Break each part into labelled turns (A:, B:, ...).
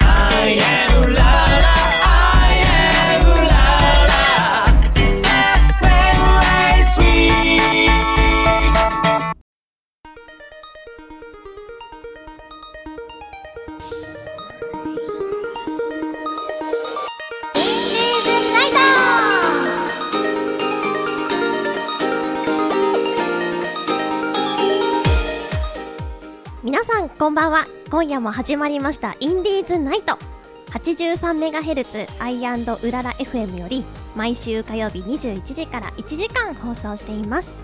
A: I am la la, I am la la. FM ライスウィーク
B: 皆さんこんばんは今夜も始まりましたインディーズナイト 83MHz アイウララ FM より毎週火曜日21時から1時間放送しています、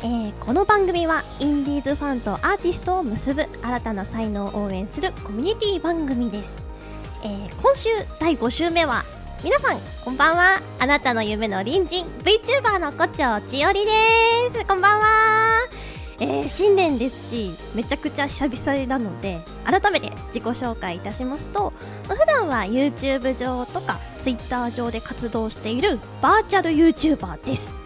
B: えーこの番組はインディーズファンとアーティストを結ぶ新たな才能を応援するコミュニティ番組です、えー今週第5週目は皆さんこんばんはあなたの夢の隣人 VTuber の胡蝶千織ですこんばんはえー新年ですしめちゃくちゃ久々なので改めて自己紹介いたしますとまあ普段は YouTube 上とか Twitter 上で活動しているバーチャル YouTuber です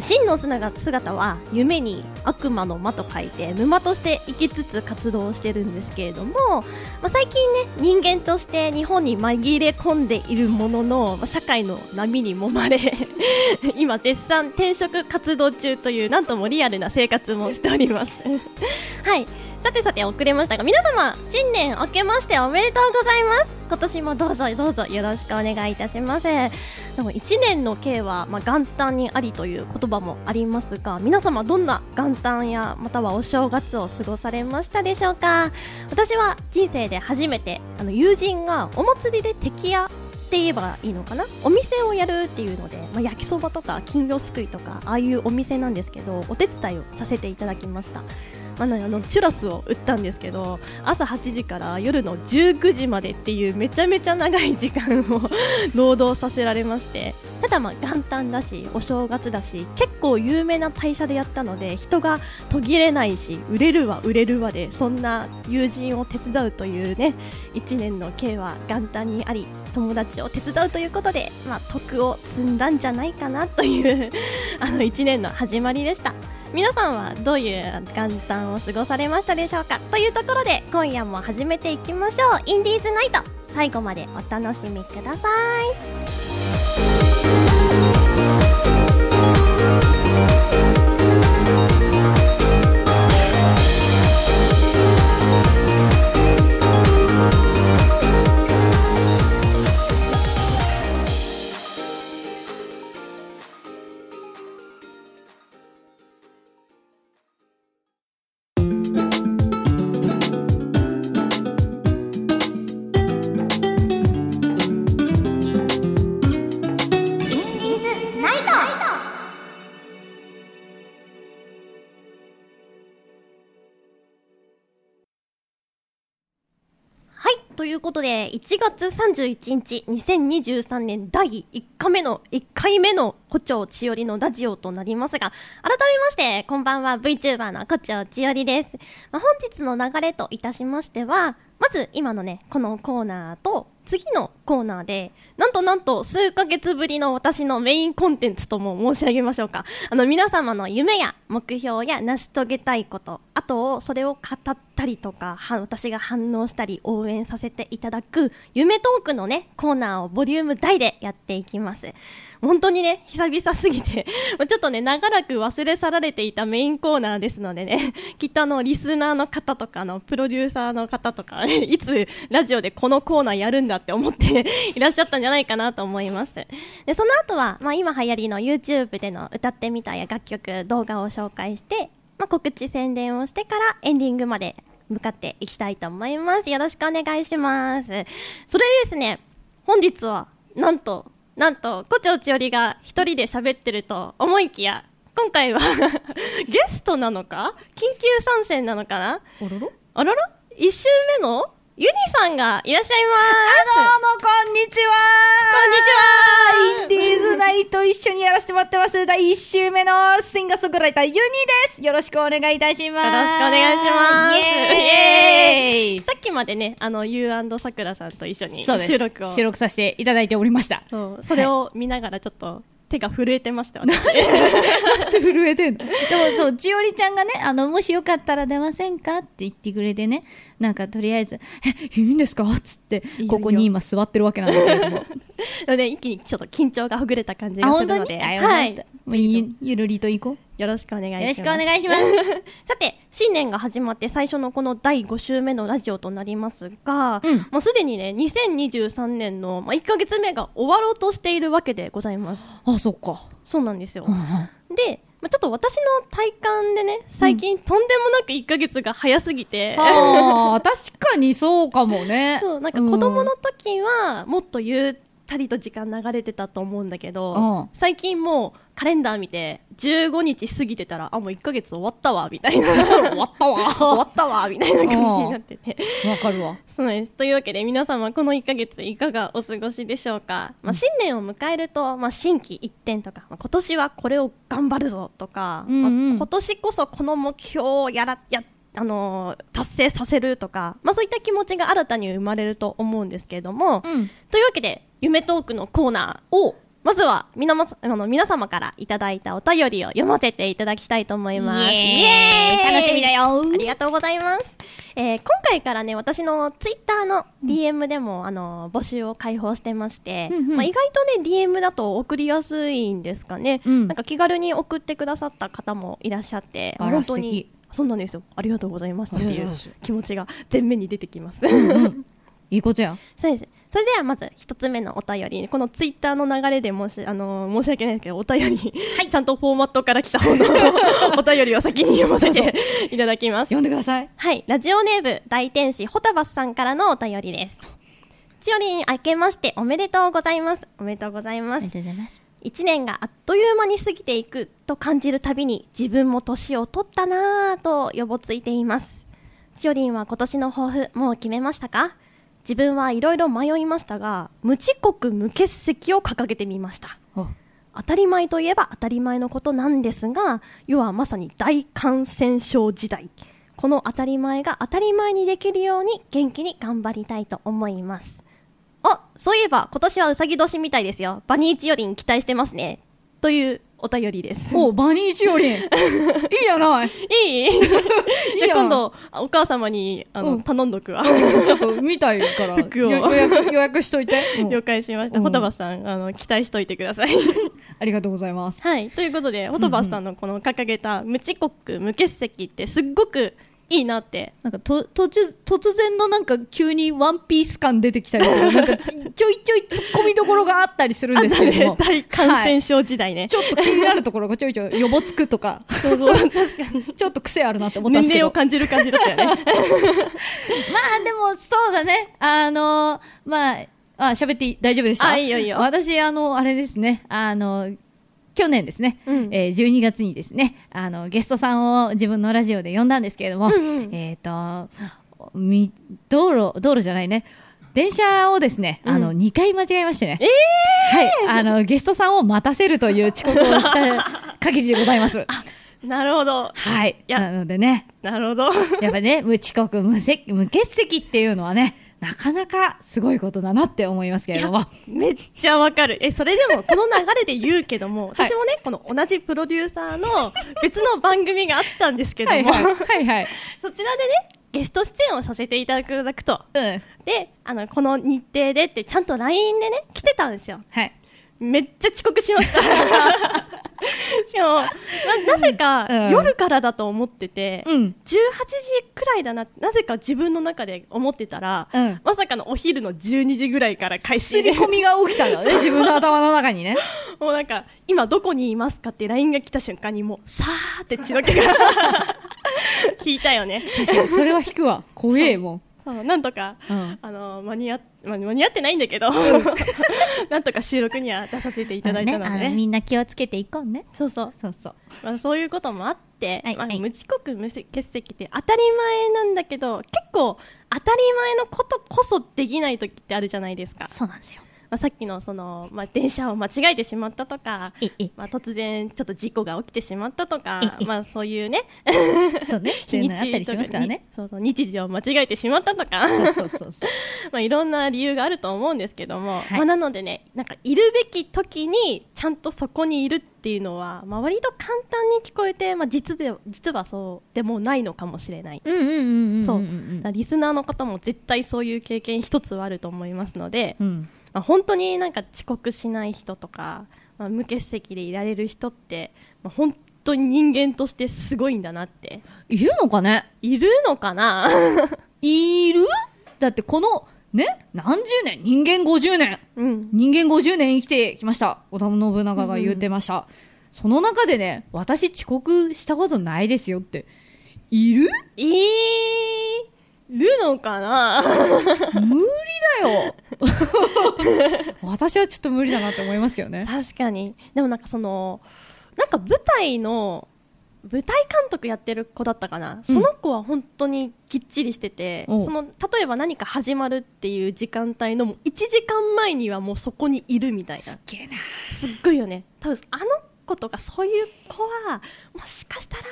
B: 真の姿は夢に悪魔の間と書いて沼として生きつつ活動してるんですけれども、まあ、最近ね人間として日本に紛れ込んでいるものの、まあ、社会の波に揉まれ 今絶賛転職活動中というなんともリアルな生活もしております はいさてさて遅れましたが皆様新年明けましておめでとうございます今年もどうぞどうぞよろしくお願いいたしますでも1年の計は、まあ、元旦にありという言葉もありますが皆様どんな元旦やまたはお正月を過ごされましたでしょうか私は人生で初めてあの友人がお祭りで敵屋って言えばいいのかなお店をやるっていうので、まあ、焼きそばとか金魚すくいとかああいうお店なんですけどお手伝いをさせていただきました、まあ、なあのチュラスを売ったんですけど朝8時から夜の19時までっていうめちゃめちゃ長い時間を 労働させられましてただまあ元旦だしお正月だし結構有名な会社でやったので人が途切れないし売れるわ売れるわでそんな友人を手伝うというね1年の計は元旦にあり友達を手伝うということで、まあ、徳を積んだんじゃないかなという あの1年の始まりでした皆さんはどういう元旦を過ごされましたでしょうかというところで今夜も始めていきましょうインディーズナイト最後までお楽しみくださいはい。ということで、1月31日、2023年第1回目の、1回目の、胡蝶千織のラジオとなりますが、改めまして、こんばんは、VTuber の胡蝶千織です。まあ、本日の流れといたしましては、まず今のね、このコーナーと、次のコーナーで、なんとなんと数ヶ月ぶりの私のメインコンテンツとも申し上げましょうか。あの、皆様の夢や目標や成し遂げたいこと、あと、それを語ったりとか、は私が反応したり、応援させていただく、夢トークのね、コーナーをボリューム大でやっていきます。本当にね、久々すぎて、 まあちょっとね、長らく忘れ去られていたメインコーナーですのでね、 きっとあの、リスナーの方とか、あの、プロデューサーの方とか、 いつラジオでこのコーナーやるんだって思って いらっしゃったんじゃないかなと思います。で、その後は、まあ今流行りの YouTube での歌ってみたや楽曲、動画を紹介して、まあ告知宣伝をしてからエンディングまで向かっていきたいと思います。よろしくお願いします。それでですね、本日は、なんと、なんと、胡蝶千織が一人で喋ってると思いきや、今回は ゲストなのか緊急参戦なのかな
C: おろろ
B: あらら一周目のユニさんがいらっしゃい
C: どう
B: ます
C: もこんにち
B: こ
C: はイ
B: んにちは
C: ンディーズナイト一緒にやらせてもらってます第1週目のシンガーソングライターユニですよろしくお願いいたします
B: よろしくお願いします
C: イエーイ
B: さっきまでね、あの、ゆうさくらさんと一緒に
C: そうです
B: 収録を。
C: 収録させていただいておりました
B: そうそれを見ながらちょっと手が震えてました私
C: って 震えてんの。でもそう、ちおりちゃんがね、あの、もしよかったら出ませんかって言ってくれてね、なんかとりあえず、え、いいんですかっつって
B: いい、よ
C: ここに今座ってるわけなんだけれど も。
B: ので一気にちょっと緊張がほぐれた感じ
C: あ、
B: がす
C: 本
B: る
C: 当
B: ので
C: にあよかった
B: はい
C: もうゆゆるりと行こう。
B: よろしくお願いします
C: よろしくお願いします。
B: さて新年が始まって最初のこの第5週目のラジオとなりますが、
C: うん
B: もうすでにね2023年の、まあ、1か月目が終わろうとしているわけでございます
C: あ、そっ か。
B: そうなんですよ、
C: うんうん
B: で、まあ、ちょっと私の体感でね最近とんでもなく1か月が早すぎて、
C: ああ、確かにそうかもね。
B: そうなんか子供の時はもっとゆったりと時間流れてたと思うんだけど、
C: うん
B: 最近もうカレンダー見て15日過ぎてたらあもう1か月終わったわみたい な
C: うん終わったわ。
B: 終わ
C: わ
B: ったわみたいな感じになってて
C: かるわ。
B: そうですというわけで皆様この1ヶ月いかがお過ごしでしょうか、まあ、新年を迎えると、まあ、新規一点とか、まあ、今年はこれを頑張るぞとか、
C: うんうん
B: まあ今年こそこの目標をやらやあのー達成させるとか、まあ、そういった気持ちが新たに生まれると思うんですけれども、
C: うん。
B: というわけで夢トークのコーナーをまずは皆まあの皆様からいただいたお便りを読ませていただきたいと思います。イエーイ
C: 楽しみだよ。
B: ありがとうございます。えー今回からね、私のツイッターの DM でも、あの募集を開放してまして、
C: うんうん
B: まあ、意外とね、DM だと送りやすいんですかね、
C: うん
B: なんか気軽に送ってくださった方もいらっしゃって、
C: あら
B: 本当に
C: 素敵、
B: そうなんですよ、ありがとうございましたって
C: あり
B: い
C: がとう
B: う
C: ございま
B: 気持ちが前面に出てきます。
C: うんうんいいことや。
B: そうです。それではまず一つ目のお便り、このツイッターの流れでもし、あの申し訳ないですけど、お便り、ちゃんとフォーマットから来た方 のお便りを先に読ませていただきます
C: 読。んでください。
B: はい、ラジオネーム大天使ホタバスさんからのお便りです。ちおりん明けましておめでとうございます。おめでとうございます。
C: とうございます。
B: 一年があっという間に過ぎていくと感じるたびに自分も年を取ったなぁと予防ついていますしおりんは今年の抱負もう決めましたか自分はいろいろ迷いましたが無遅刻無欠席を掲げてみました当たり前といえば当たり前のことなんですが世はまさに大感染症時代この当たり前が当たり前にできるように元気に頑張りたいと思いますあそういえば今年はうさぎ年みたいですよバニーチよりに期待してますねというお便りです
C: お、バニーチオ リン。いいじゃない。
B: いい
C: い
B: じ
C: い
B: ゃ
C: や
B: あ今度お母様にあの、
C: うん
B: 頼んどくわ
C: ちょっと見たいから、
B: 服を
C: よ予約予約しといて。うん
B: 了解しまし
C: う
B: た
C: ん
B: ホタバスさんあの期待しといてください
C: ありがとうございます。
B: はい、ということで、ホトバスさんのこの掲げた無遅刻、無欠席ってすっごくいいなって。
C: なんかと途中突然のなんか急にワンピース感出てきたりとか、 なんかちょいちょい突っ込みどころがあったりするんですけれども、
B: 大感
C: は
B: 染
C: い
B: 症時代ね。
C: ちょっと気になるところがちょいちょい予防つくとか、
B: そうそう確かに。
C: ちょっと癖あるなって思ったんで
B: 年
C: すけ
B: 齢
C: ど。
B: を感じる感じだったよ ね。
C: まあでもそうだね。あのまあ、あ、喋っていい大丈夫でした
B: あいいよいいよ
C: 私、あの、あれですね。あの去年ですね、
B: うん
C: えー12月にですねあのゲストさんを自分のラジオで呼んだんですけれども、
B: うんうん
C: えっ、とみ道路道路じゃないね電車をですね、あの
B: う
C: 2回間違えましてね、はい、あのゲストさんを待たせるという遅刻をした限りでござい ます。
B: なるほど。
C: はい、
B: や
C: なのでね
B: なるほど。
C: やっぱね、無遅刻、無せ無欠席っていうのはね、なかなかすごいことだなって思いますけれども。
B: めっちゃわかる。え、それでもこの流れで言うけど
C: は
B: も、
C: い
B: 私もね、この同じプロデューサーの別の番組があったんですけど
C: はい
B: も、
C: はい。はいはい。
B: そちらでね、ゲスト出演をさせていただくと。
C: うん。
B: で、あの、この日程でってちゃんと LINE でね、来てたんですよ。
C: はい。
B: めっちゃ遅刻し ました。しかも、ななぜか、
C: うん
B: 夜からだと思ってて、
C: うん。
B: 18時くらいだな、なぜか自分の中で思ってたら、
C: うん
B: まさかのお昼の12時ぐらいから開
C: す
B: 始
C: り
B: で、
C: 込みが起きたんだね、自分の頭の中にね。
B: もうなんか、今どこにいますかって LINE が来た瞬間に、もう、さーって血の気が 引いたよね。
C: 確かに、それは引く わ。怖えもん。
B: そうなんとか、
C: うん
B: あの間に合っ、まあ間に合ってないんだけど、 なんとか収録には出させていただいたので
C: あのねあの
B: ね。
C: みんな気をつけていこうね。
B: そうそう。
C: そうそう。
B: まあ、そういうこともあって、
C: はい
B: まあ、
C: はい
B: 無遅刻無欠席って当たり前なんだけど結構当たり前のことこそできない時ってあるじゃないですか、ま
C: そうなんですよ。
B: あ、さっきのその、まあ、電車を間違えてしまったとか
C: え、え、
B: まあ、突然ちょっと事故が起きてしまったとか
C: ええ、
B: まあ、そういうね
C: そう ね。そういうのあったりしますからね。
B: 日そうそう日時を間違えてしまったとか
C: そうそうそうそう。
B: まあ、いろんな理由があると思うんですけども、
C: はい
B: まあ、なのでねなんかいるべき時にちちゃんとそこにいるっていうのは、まあ、割と簡単に聞こえて、まあ、実で実はそうでもないのかもしれない、
C: うんうんうんうん
B: そう
C: うん
B: だからリスナーの方も絶対そういう経験一つはあると思いますので、
C: うん
B: まあ、本当になんか遅刻しない人とか、まあ、無欠席でいられる人って、まあ、本当に人間としてすごいんだなって
C: いるのかね
B: いるのかな
C: いるだってこのね何十年人間50年
B: うん
C: 人間50年生きてきました織田信長が言ってました、その中でね私遅刻したことないですよっている
B: いるのかな
C: 無理だ よ私はちょっと無理だなって思いますけどね
B: 確かにでもなんかそのなんか舞台の舞台監督やってる子だったかな、その子は本当にきっちりしてて
C: おう
B: その例えば何か始まるっていう時間帯のもう1時間前にはもうそこにいるみたいな
C: すっげえな
B: すっごいよね多分あの子とかそういう子はもしかしたら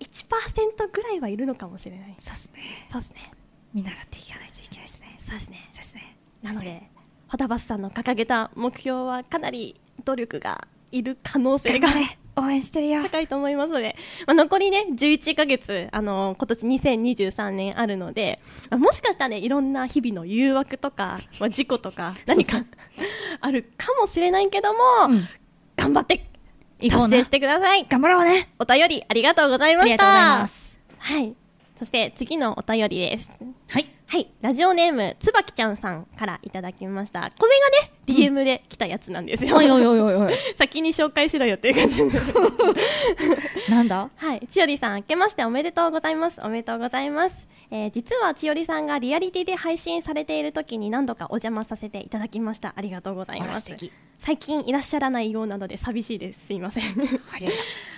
B: 1%ぐらいはいるのかもしれない
C: そうっすね
B: そうですね
C: 見習っていかないといけないですね
B: そうですね
C: そうですね
B: なのでホタバスさんの掲げた目標はかなり努力がいる可能性が
C: 応援してるよ
B: 高いと思いますので、まあ、残りね11ヶ月あの今年2023年あるので、まあ、もしかしたらねいろんな日々の誘惑とか、まあ、事故とか何か あるかもしれないけども、
C: うん
B: 頑張って
C: 行こう
B: 達
C: な
B: 成してください
C: 頑張ろうね
B: お便りありがとうございま
C: あり
B: し
C: がとうございま
B: た
C: す
B: はいそして次のお便りです
C: はい
B: はいラジオネームつばきちゃんさんからいただきましたこれがね DM で来たやつなんですよ、
C: おいおいおいおいおい
B: 先に紹介しろよっていう感じ
C: なんだ
B: はい、千代さん、明けましておめでとうございます。おめでとうございます。えー実は千代さんがリアリティで配信されている時に何度かお邪魔させていただきました。ありがとうござい
C: あ
B: ま
C: ら
B: す
C: 素。敵
B: 最近いらっしゃらないようなので寂しいです。すいません。
C: ありがとう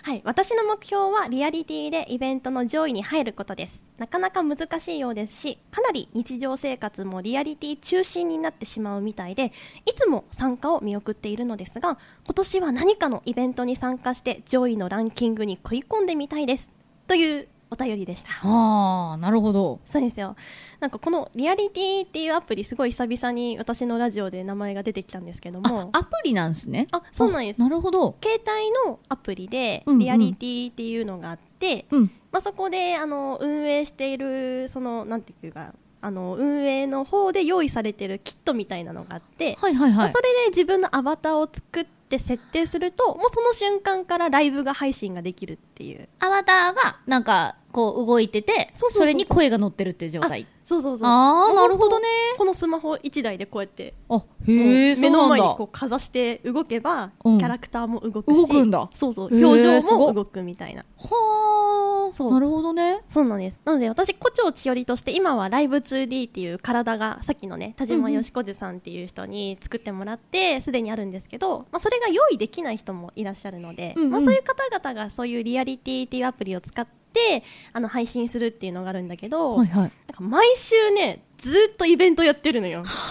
B: はい、私の目標はリアリティでイベントの上位に入ることです。なかなか難しいようですし、かなり日常生活もリアリティ中心になってしまうみたいで、いつも参加を見送っているのですが、今年は何かのイベントに参加して上位のランキングに食い込んでみたいです。というお便りでした。
C: ああなるほど
B: そうですよなんかこのリアリティっていうアプリすごい久々に私のラジオで名前が出てきたんですけど
C: あ
B: も
C: アプリなんですね
B: あそうなんです
C: なるほど
B: 携帯のアプリで
C: うんうん
B: リアリティっていうのがあって、
C: うん
B: まあ、そこであの運営しているそのなんていうかあの運営の方で用意されているキットみたいなのがあって、
C: はいはい
B: ま
C: は
B: あ
C: い
B: それで自分のアバターを作って設定するともうその瞬間からライブが配信ができるっていう
C: アバターがなんかこう動いてて
B: そうそうそうそう
C: れに声が乗ってるっていう状
B: あ
C: 態
B: そうそうそう
C: ああーなるほどね
B: このスマホ1台でこうやって
C: あ
B: こう
C: へえ
B: 目の前に
C: そ
B: こうかざして動けば、
C: うん
B: キャラクターも動くし
C: 動くんだ
B: そうそう
C: へー
B: 表情
C: すご
B: も
C: っ
B: 動くみたいな
C: は
B: そ
C: あ
B: う
C: なるほどね
B: そうなんです。なので私、胡蝶千織として、今はライブ 2D っていう体が、さっきのね、田島よしこじさんっていう人に作ってもらって、すでにあるんですけど、まあ、それが用意できない人もいらっしゃるので、
C: うんうん
B: まあ、そういう方々がそういうリアリティっていうアプリを使って、あの、配信するっていうのがあるんだけど、
C: はいはい
B: なんか毎週ね、ずっとイベントやってるのよ。
C: す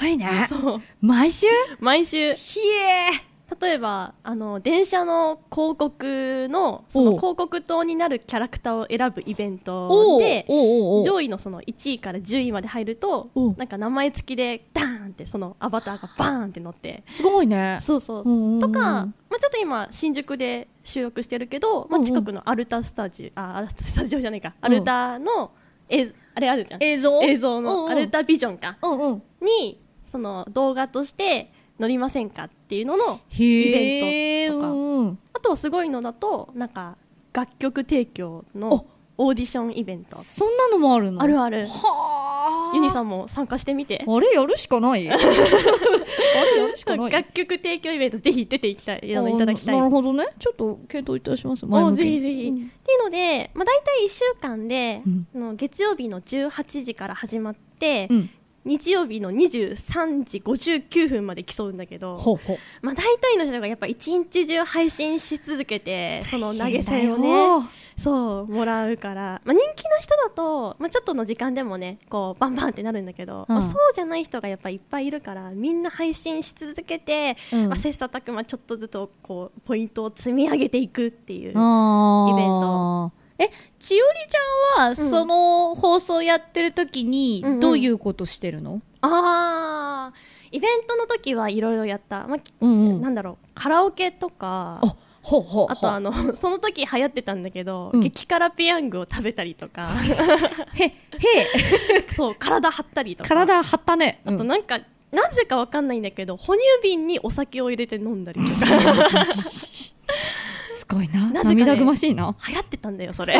C: ごいね
B: そう。
C: 毎週
B: 毎週。
C: ひえ
B: 例えばあの電車の広告のその
C: おう
B: 広告塔になるキャラクターを選ぶイベン
C: お
B: ト
C: お
B: で
C: おうおうおう
B: 上位のその1位から10位まで入ると
C: おう
B: なんか名前付きでダーンってそのアバターがバーンって乗って
C: すごいね
B: そうそ
C: う
B: う
C: んうんうん
B: とか、まあ、ちょっと今新宿で収録してるけど、
C: うん
B: まあ、
C: うん
B: 近くのアルタスタジオあアルタスタジオじゃないか
C: う
B: ア
C: ん
B: ルタのえあれあるじゃん
C: 映像
B: 映像
C: うんう
B: の
C: ん
B: アルタビジョンか
C: うんうん
B: にその動画として乗りませんかっていうのの
C: へ
B: イベ
C: え
B: ントとか
C: うん
B: あとすごいのだとなんか楽曲提供のオーディションイベント
C: そんなのもあるの
B: あるある
C: はあ
B: ユニさんも参加してみて
C: あれやるしかないあれやるしかない
B: 楽曲提供イベントぜひ出ていきたいあのいただきたい
C: あなる
B: です。
C: ほどねちょっと検討いたします前
B: お
C: 向き
B: ぜ
C: に
B: ひぜひ、
C: う
B: ってい
C: ん
B: うので、まあ、大体1週間で、
C: うん
B: あの月曜日の18時から始まって、
C: うん
B: 日曜日の23時59分まで競うんだけど、
C: ほうほう
B: まあ、大体の人がやっぱ一日中配信し続けてその投げ銭をねそうもらうから、まあ、人気の人だと、まあ、ちょっとの時間でもねこうバンバンってなるんだけど、まあ、そうじゃない人がやっぱいっぱいいるからみんな配信し続けて、
C: うん
B: まあ、切磋琢磨ちょっとずつこうポイントを積み上げていくっていう
C: あー
B: イベント
C: え千織ちゃんはその放送やってる時に
B: うん
C: どういうことしてるの、
B: あーイベントの時はいろいろやった、まあき
C: うんうん
B: なんだろうカラオケとか
C: あほうほうほう
B: あとあの その時流行ってたんだけど、
C: うん
B: 激辛ペヤングを食べたり とか
C: へ へ
B: そう体張ったりとか
C: 体張ったね
B: あと
C: うん
B: なんか、なぜかわかんないんだけど哺乳瓶にお酒を入れて飲んだりと か
C: すごいな
B: なぜかね
C: 涙ぐましいな
B: 流行ってたんだよそれ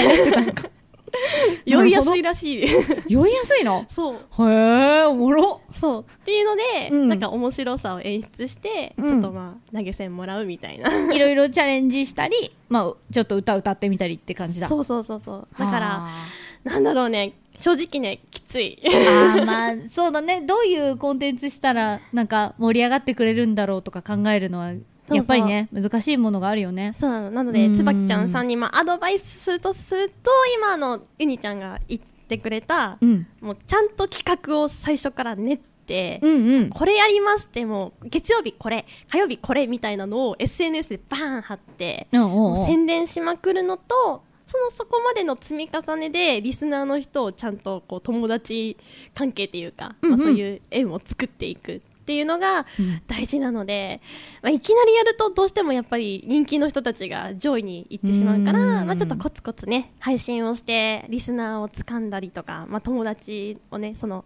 B: 酔いやすいらしい
C: 酔いやすいの
B: そう
C: へえおもろ
B: そうっていうので、
C: うん
B: なんか面白さを演出して、
C: うん
B: ちょっとまあ投げ銭もらうみたいな
C: いろいろチャレンジしたりまあちょっと歌歌ってみたりって感じだ
B: そうそうそうそうだから
C: あ
B: なんだろうね正直ねきつい
C: ーあーまあそうだねどういうコンテンツしたらなんか盛り上がってくれるんだろうとか考えるのは
B: そう
C: やっぱりね難しいものがあるよね
B: そうなのなの
C: う
B: で
C: ん
B: 椿ちゃんさんにまあアドバイスするとすると今のゆにちゃんが言ってくれた、
C: うん
B: もうちゃんと企画を最初から練って、
C: うんうん
B: これやりますってもう月曜日これ火曜日これみたいなのを SNS でバーン貼って
C: うんうん
B: もう
C: うん
B: 宣伝しまくるのとそのそこまでの積み重ねでリスナーの人をちゃんとこう友達関係っていうか、
C: うんうん
B: まあ、そういう縁を作っていくっていうのが
C: うん
B: 大事なので、まあ、いきなりやるとどうしてもやっぱり人気の人たちが上位に行ってしまうか
C: うんうんう
B: ら、
C: ん
B: まあ、ちょっとコツコツね配信をしてリスナーを掴んだりとか、まあ、友達をねその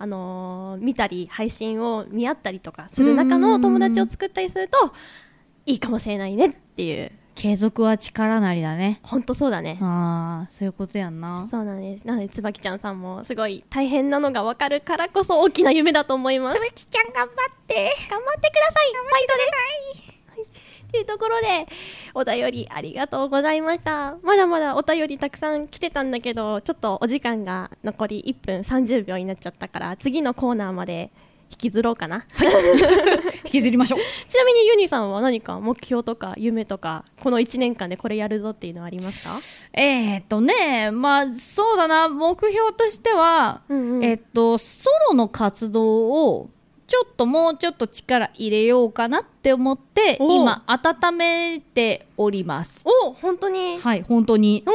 B: あのー見たり配信を見合ったりとかする中
C: う
B: の
C: んうんうん
B: 友達を作ったりするといいかもしれないねっていう
C: 継続は力なりだね
B: 本当そうだね。
C: ああそういうことやんな
B: そうなんです。なので、椿ちゃんさんもすごい大変なのがわかるからこそ大きな夢だと思います。
C: 椿ちゃん頑張って
B: 頑張ってくださいファイトですはいというところで、お便りありがとうございました。まだまだお便りたくさん来てたんだけど、ちょっとお時間が残り1分30秒になっちゃったから、次のコーナーまで引きずろうかな。
C: 引きずりましょう
B: ちなみにユニさんは何か目標とか夢とか、この1年間でこれやるぞっていうのはありますか
C: えー、っとね、まあ、そうだな、目標としては、
B: うんうん
C: えっと、ソロの活動を、ちょっともうちょっと力入れようかなって思って、
B: おう
C: 今、温めております。
B: お本当に、
C: はい、本当に。
B: 本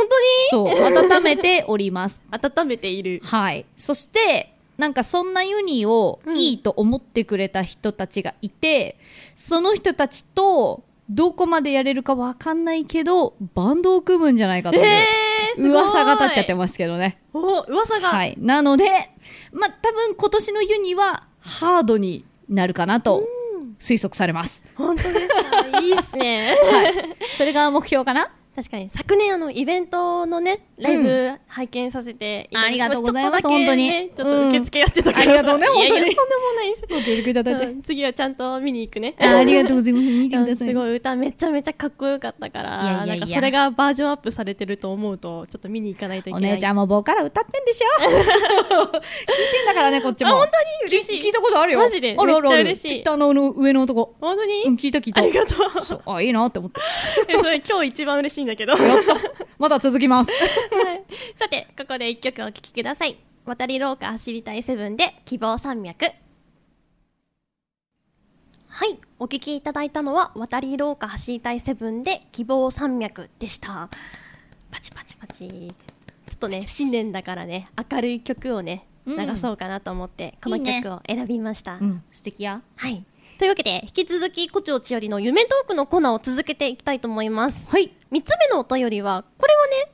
B: 当に
C: そう、温めております。
B: 温めている。
C: はい。そして、なんかそんなユニを
B: うん
C: いいと思ってくれた人たちがいて、その人たちと、どこまでやれるかわかんないけど、バンドを組むんじゃないかという。
B: えー、すごい
C: 噂が立っちゃってますけどね。
B: お噂が、
C: はい。なので、まあ、多分今年のユニはハードになるかなと推測されます。
B: 本当ですかいいっすね
C: はい。それが目標かな
B: 確かに昨年あのイベントのねライ
C: う
B: ブ拝見させていただき
C: ありがとうございます
B: ちょっとだけね
C: 本当に
B: ちょっと受付やってた
C: う
B: から、
C: んありがとうね
B: いやいや
C: 本当に
B: とんでもないです
C: ご協力いた
B: うん次はちゃんと見に行くね
C: あありがとうございます。見てください。
B: すごい歌めちゃめちゃかっこよかったから
C: いやいやいや
B: なんかそれがバージョンアップされてると思うとちょっと見に行かないといけ
C: お
B: ない
C: 姉ちゃ
B: ん
C: んもボーカル歌ってんでし ょ聞いてんだからね、こっちも。
B: あ本当に嬉しい
C: き聞いたことあるよ。
B: マジで
C: あるあるあ
B: めっ
C: る。
B: ちゃ嬉し
C: ツ
B: い
C: イッターのあの上の男。
B: 本当に、
C: うん、聞いた聞い
B: あ
C: た。
B: りがとう
C: そうあ、いいなって思って。
B: え それ今日一番嬉しいんだけ ど
C: やった。まだ続きます。
B: はいさてここで一曲お聴きください渡り廊下走りたいセブンで希望山脈はいお聴きいただいたのは渡り廊下走りたいセブンで希望山脈でしたパチパチパチちょっとね新年だからね明るい曲をね
C: う
B: 流
C: ん
B: そうかなと思って、
C: いい
B: この
C: ね
B: 曲を選びました
C: うん、素敵や。
B: はいというわけで引き続き胡蝶千代の夢トークのコーナーを続けていきたいと思います
C: はい。
B: 3つ目のお便りはこれはね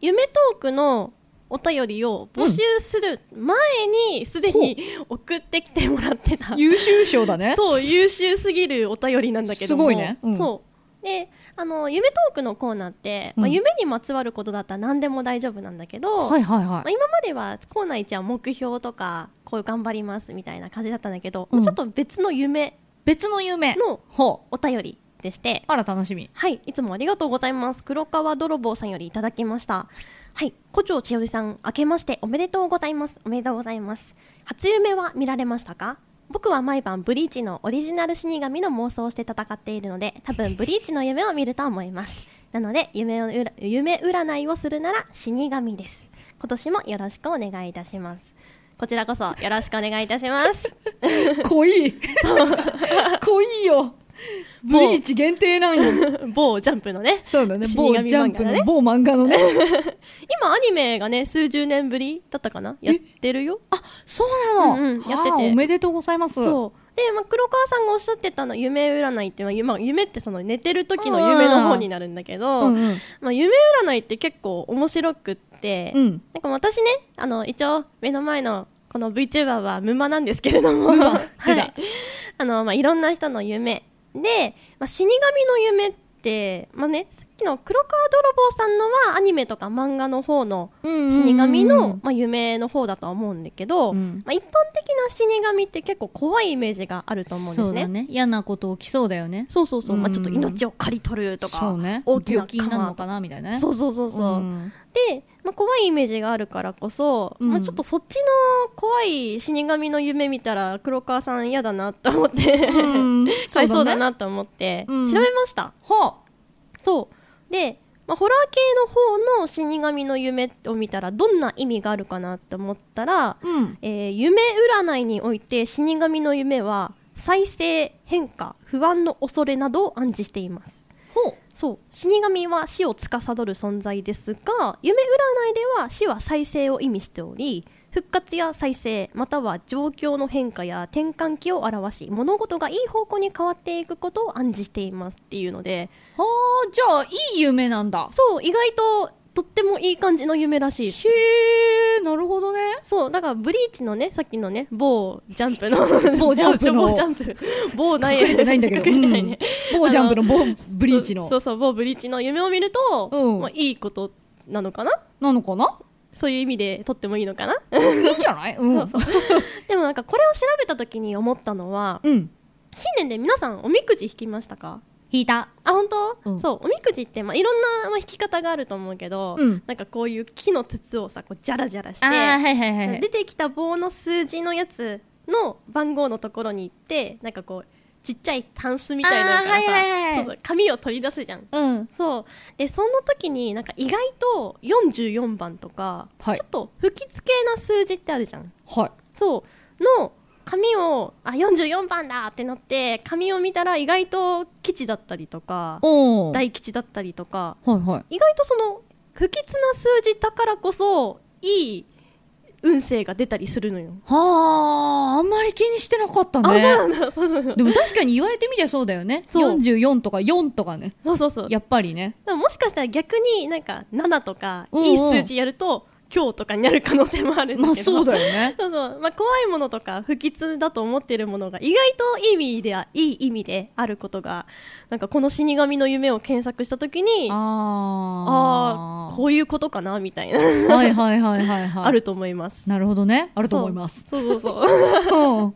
B: 夢トークのお便りを募集する前にすでに送ってきてもらってた、
C: 優秀賞だね。
B: そう優秀すぎるお便りなんだけども
C: すごいねうん
B: そうであの夢トークのコーナーって、まあ、
C: うん
B: 夢にまつわることだったら何でも大丈夫なんだけど、
C: はいはいはい
B: まあ、。今まではコーナー1は目標とかこう頑張りますみたいな感じだったんだけど、
C: うん
B: ちょっと別の夢
C: 別の夢
B: の
C: ほう
B: お便りでして
C: あら楽しみ
B: はい、いつもありがとうございます。黒川泥棒さんよりいただきました。はい、古町千代さん、明けましておめでとうございます。おめでとうございます。初夢は見られましたか僕は毎晩ブリーチのオリジナル死神の妄想をして戦っているので、多分ブリーチの夢を見ると思います。なので、夢をうら夢占いをするなら死神です。今年もよろしくお願いいたします。こちらこそよろしくお願いいたします。
C: 濃い濃いよブリーチ限定なんよ
B: 某ジャンプのね、
C: そうだね
B: 死神
C: 某ジャンプ
B: 漫画ね
C: の某漫画のね
B: 今アニメがね、数十年ぶりだったかなやってるよ。
C: あそうなの、
B: うんうんやってて
C: あーおめでとうございます
B: そうで、まあ、黒川さんがおっしゃってたの夢占いっていうのはゆ、まあ、夢ってその寝てる時の夢の方になるんだけど、
C: うんうん
B: まあ、夢占いって結構面白くって、
C: うん
B: なんか私ねあの一応目の前のこの VTuber はムマなんですけれども、
C: ムマ
B: は
C: 出
B: い
C: た、
B: あのまあいろんな人の夢で、まあ、死神の夢って、まあね、さっきの黒川泥棒さんのはアニメとか漫画の方の死神の、まあ、夢の方だとは思うんだけど、
C: うん
B: まあ、一般的な死神って結構怖いイメージがあると思うんで
C: そ
B: す
C: うだ
B: ね。
C: ね嫌なこと起きそうだよね
B: そうそうそう、まあ、
C: うん
B: ちょっと命を刈り取るとか、
C: そうね
B: 大きな
C: 病気になるのかなみたいなね
B: そうそうそうそう、
C: ん
B: で、まあ、怖いイメージがあるからこそ、
C: うん
B: まあ、ちょっとそっちの怖い死神の夢見たら黒川さん嫌だなと思って、
C: うん
B: かわいそうだ
C: ね
B: なと思って調
C: うん
B: べました、
C: ほ
B: そうで、まあ、ホラー系の方の死神の夢を見たらどんな意味があるかなと思ったら、
C: ううん
B: えー夢占いにおいて死神の夢は再生変化不安の恐れなどを暗示しています
C: ほう
B: そう死神は死を司る存在ですが夢占いでは死は再生を意味しており復活や再生または状況の変化や転換期を表し物事がいい方向に変わっていくことを暗示していますっていうので
C: あーじゃあいい夢なんだ
B: そう意外ととってもいい感じの夢らしいです
C: へえなるほどね
B: そうだからブリーチのねさっきのね某ジャンプの
C: 某ジャンプの
B: 某ジャンプ某ない
C: 隠れてないんだけど
B: 隠れてないね
C: うん某ジャンプの某ブリーチの
B: そうそうそう某ブリーチの夢を見ると、
C: うん
B: まあ、いいことなのかな
C: なのかな
B: そういう意味でとってもいいのかな
C: いいんじゃないうん
B: そうでもなんかこれを調べた時に思ったのは
C: うん
B: 新年で皆さんおみくじ引きましたか
C: 引いた
B: あ本当、
C: うん
B: そうおみくじって、まあ、いろんな、まあ、引き方があると思うけど、
C: うん
B: なんかこういう木の筒をさこうジャラジャラし
C: あ
B: て、
C: ーはいはいはいはい
B: 出てきた棒の数字のやつの番号のところに行ってなんかこうちっちゃいタンスみたいなのからさ、
C: あーはいはいはい
B: そうそう紙を取り出すじゃん
C: うん
B: そうでその時になんか意外と44番とか、
C: はい
B: ちょっと不吉系な数字ってあるじゃん
C: はい
B: そうの紙をあ44番だってなって紙を見たら意外と吉だったりとか
C: おおはい
B: 大吉だったりとか
C: はい
B: 意外とその不吉な数字だからこそいい運勢が出たりするのよ。
C: はああんまり気にしてなかった
B: あ、
C: ね
B: そうなんだ、そうなんだ。
C: でも確かに言われてみりゃそうだよね
B: そう
C: 44とか4とかね
B: そうそうそう。
C: やっぱりね
B: でももしかしたら逆になんか7とか
C: うんうん
B: いい数字やると今日とかになる可能性もあるんだけど。
C: まあそうだ
B: よ。
C: よ ね
B: そうそう。まあ怖いものとか不吉だと思ってるものが意外といい意味であ、いい意味であることが、なんかこの死神の夢を検索したときに、あ
C: あ
B: あー、こういうことかなみたいな、
C: あはいはいはいはいはい
B: あると思います。
C: なるほどねあ
B: あ
C: ると思います。
B: そうそうそ う。
C: うん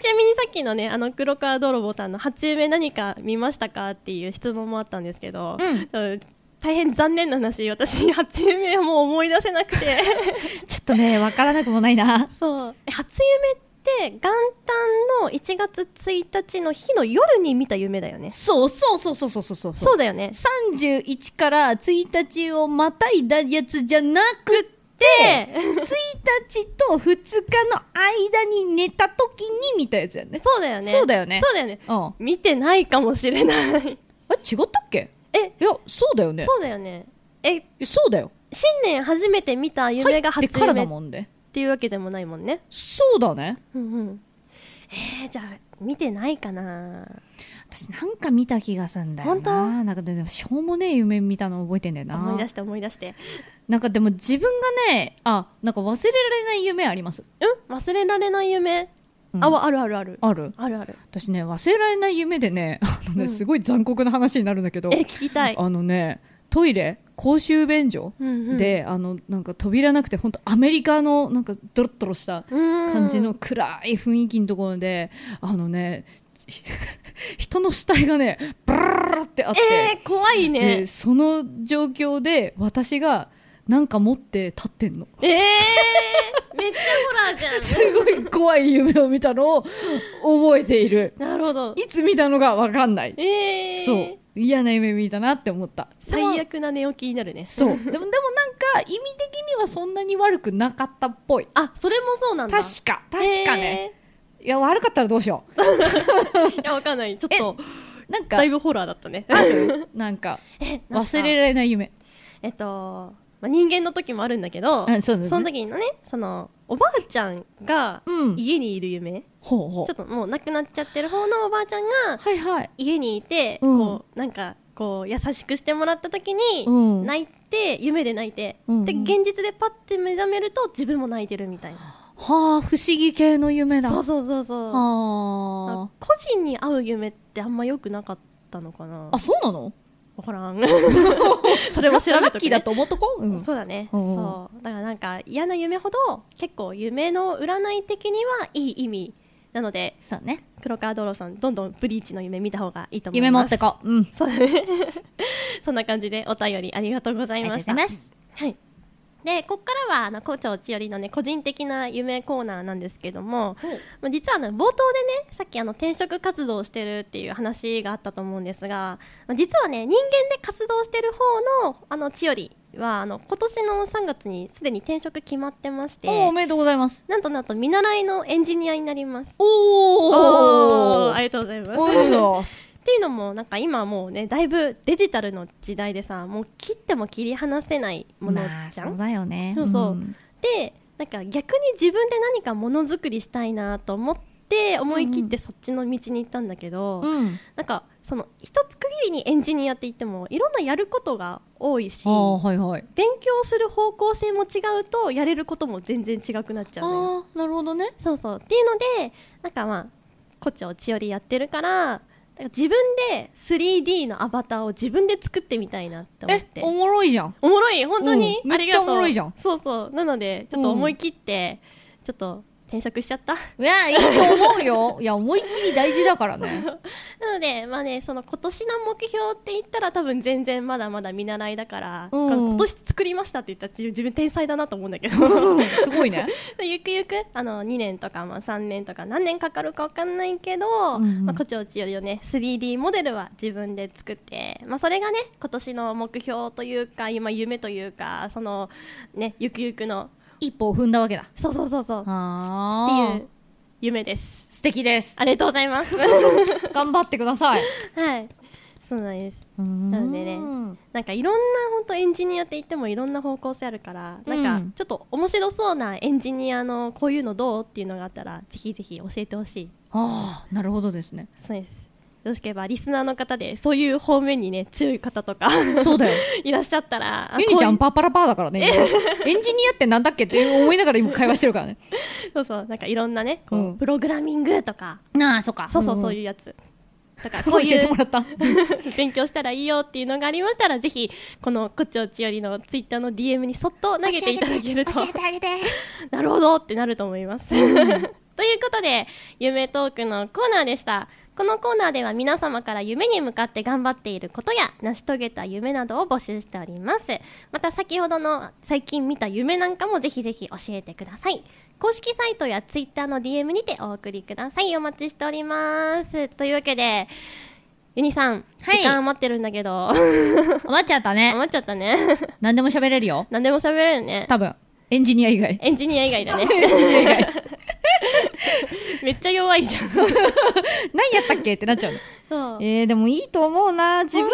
B: ちなみにさっきのね、あの黒川泥棒さんの初夢何か見ましたかっていう質問もあったんですけど、
C: うん
B: そう大変残念な話、私初夢をもう思い出せなくて、
C: ちょっとねわからなくもないな
B: そうえ初夢って元旦の1月1日の日の夜に見た夢だよね。
C: そうそうそうそうそうそうそう
B: そうだよね。
C: 31から1日をまたいだやつじゃなくて
B: で、
C: 1日と2日の間に寝た時に見たやつやね
B: そうだよね。
C: そうだよね
B: そうだよね。
C: うん
B: 見てないかもし れない。
C: あれ違ったっけ
B: え、
C: いやそうだよね
B: そうだよね。え、
C: えそうだよ
B: 新年初めて見た夢が
C: 入
B: 初
C: ってから
B: 夢
C: だ
B: っ
C: もんで
B: ていうわけでもないもんね。
C: そうだね
B: うんうん。えー、じゃあ、見てないかな
C: 私なんか見た気がするんだよな
B: 本当
C: なんかでもしょうもねえ夢見たの覚えてんだよな
B: 思い出して思い出して。
C: なんかでも自分がねあなんか忘れられない夢あります、
B: うん忘れられない夢、
C: うん
B: あわ、あるあるある。
C: ある
B: あるある。
C: 私ね忘れられない夢でねあのね、
B: うん
C: すごい残酷な話になるんだけど
B: え、聞きたい。
C: あのねトイレ公衆便所、
B: うんうん、
C: であのなんか扉なくて本当アメリカのなんかドロッドロした
B: 感
C: 感じの暗い雰囲気のところであのね人の死体がねブラララってあって、
B: えー、怖い
C: で
B: ね
C: その状況で私がなんか持って立ってんの
B: えー、めっちゃホラーじゃ ん
C: すごい怖い夢を見たのを覚えている
B: なるほど
C: いつ見たのかわかんない
B: えー、
C: そう嫌な夢見たなって思った
B: 最
C: 悪
B: 悪な寝起きになるね
C: そうでもでもなんか意味的にはそんなに悪くなかったっぽい
B: あそれもそうなんだ
C: 確か確かね、いや悪かったらどうしよう
B: えーいやわかんないちょっと
C: なんか
B: だいぶホラーだったね
C: あるなんか
B: えなんか
C: 忘れられない夢
B: えっと、まあ、人間の時もあるんだけど、
C: うんそうだね
B: その時のねそのおばあちゃんが
C: うん
B: 家にいる夢、ち
C: ほうほ
B: ょっともう亡くなっちゃってる方のおばあちゃんが
C: はいはい
B: 家にいて、
C: うん
B: こうなんかこう優しくしてもらった時に
C: うん
B: 泣いて、夢で泣いて、
C: うん
B: で現実でパッて目覚めると自分も泣いてるみたいな、
C: はあ不思議系の夢だ
B: そうそうそうそう
C: は
B: 個人に合う夢ってあんま良くなかったのかな
C: ああそうなの
B: 分からん それを調べとく、ね、
C: ラッキーだと思っとこう、うん、
B: そうだね、
C: うんうん
B: そうだからなんか嫌な夢ほど結構夢の占い的にはいい意味なので
C: そうね
B: 黒川道路さんどんどんブリーチの夢見た方がいいと思います
C: 夢持ってこううん
B: そうだね そんな感じでお便りありがとうござ
C: あ
B: い
C: りが
B: ま
C: とうござい
B: した
C: ます
B: はいでここからはあの校長千代のね個人的な夢コーナーなんですけども、まあ、実はあの冒頭でねさっきあの転職活動をしてるっていう話があったと思うんですが、まあ、実はね人間で活動してる方のあの千代はあの今年の3月にすでに転職決まってまして
C: おおめでとうございます
B: なんとなんと見習いのエンジニアになります
C: お
B: おーあ
C: あり
B: りがとうございます
C: がとうございます
B: っていうのもなんか今はもうねだいぶデジタルの時代でさもう切っても切り離せないもの
C: まあ
B: じゃん、
C: そうだよね
B: そうそうんでなんか逆に自分で何かものづくりしたいなと思って思い切ってそっちの道に行ったんだけど、
C: うん
B: なんかその一つ区切りにエンジニアって言ってもいろんなやることが多いし
C: ああはいはい
B: 勉強する方向性も違うとやれることも全然違くなっちゃうのよ
C: ああなるほどね
B: そうそうっていうのでなんかまあ胡蝶千織やってるからなんか自分で 3D のアバターを自分で作ってみたいなって思っ
C: え
B: て
C: おもろいじゃん
B: おもろい本当に、
C: うん
B: ありがとう
C: めっちゃおもろいじゃん
B: そうそうなのでちょっと思い切って、ちょっと転職しちゃった
C: いやいいと思うよ いや思いっきり大事だからね
B: なのでまあねその今年の目標って言ったら多分全然まだまだ見習いだから、
C: うん
B: 今年作りましたって言ったら自分天才だなと思うんだけど
C: すごいね
B: ゆくゆくあの2年とか、まあ、3年とか何年かかるかわかんないけど、
C: うんうん
B: まあ、こちょうちよりはね 3D モデルは自分で作って、まあ、それがね今年の目標というか今夢というかそのねゆくゆくの
C: 一歩を踏んだわけだ
B: そうそうそうそうって
C: ああ
B: いう夢です。
C: 素敵です
B: ありがとうございます。
C: 頑張ってください
B: はい。そうなんです。
C: な
B: のでねなんかいろんな本当エンジニアって言ってもいろんな方向性あるから、な
C: うんん
B: かちょっと面白そうなエンジニアのこういうのどうっていうのがあったらぜひぜひ教えてほしい。
C: ああなるほどですね
B: そうです。よろしければリスナーの方でそういう方面にね強い方とか
C: そうだよ
B: いらっしゃったら、あ
C: ゆにちゃん
B: こ
C: パッパラパーだからね 今エンジニアってなんだっけって思いながら今会話してるからね
B: ういうそうそうなんかいろんなねこう、
C: うん
B: プログラミングとか、
C: なあそっか
B: そうそうそういううやつとか
C: ん
B: こう
C: 教
B: い
C: えて
B: う
C: もらった
B: 勉強したらいいよっていうのがありましたらぜひこのこっちおちよりのツイッターの DM にそっと 投げていただけると
C: てあげ て
B: なるほどってなると思います。という ことで夢トークのコーナーでしたこのコーナーでは皆様から夢に向かって頑張っていることや成し遂げた夢などを募集しておりますまた先ほどの最近見た夢なんかもぜひぜひ教えてください公式サイトやツイッターの DM にてお送りくださいお待ちしておりますというわけでユニさん、
C: はい
B: 時間余ってるんだけど
C: 余っちゃったね
B: 余っちゃったね
C: 何でも喋れるよ
B: 何でも喋れるね
C: 多分エンジニア以外
B: エンジニア以外だね めっちゃ弱いじゃん
C: 何やったっけってなっちゃうの
B: そう
C: えー、でもいいと思うな自分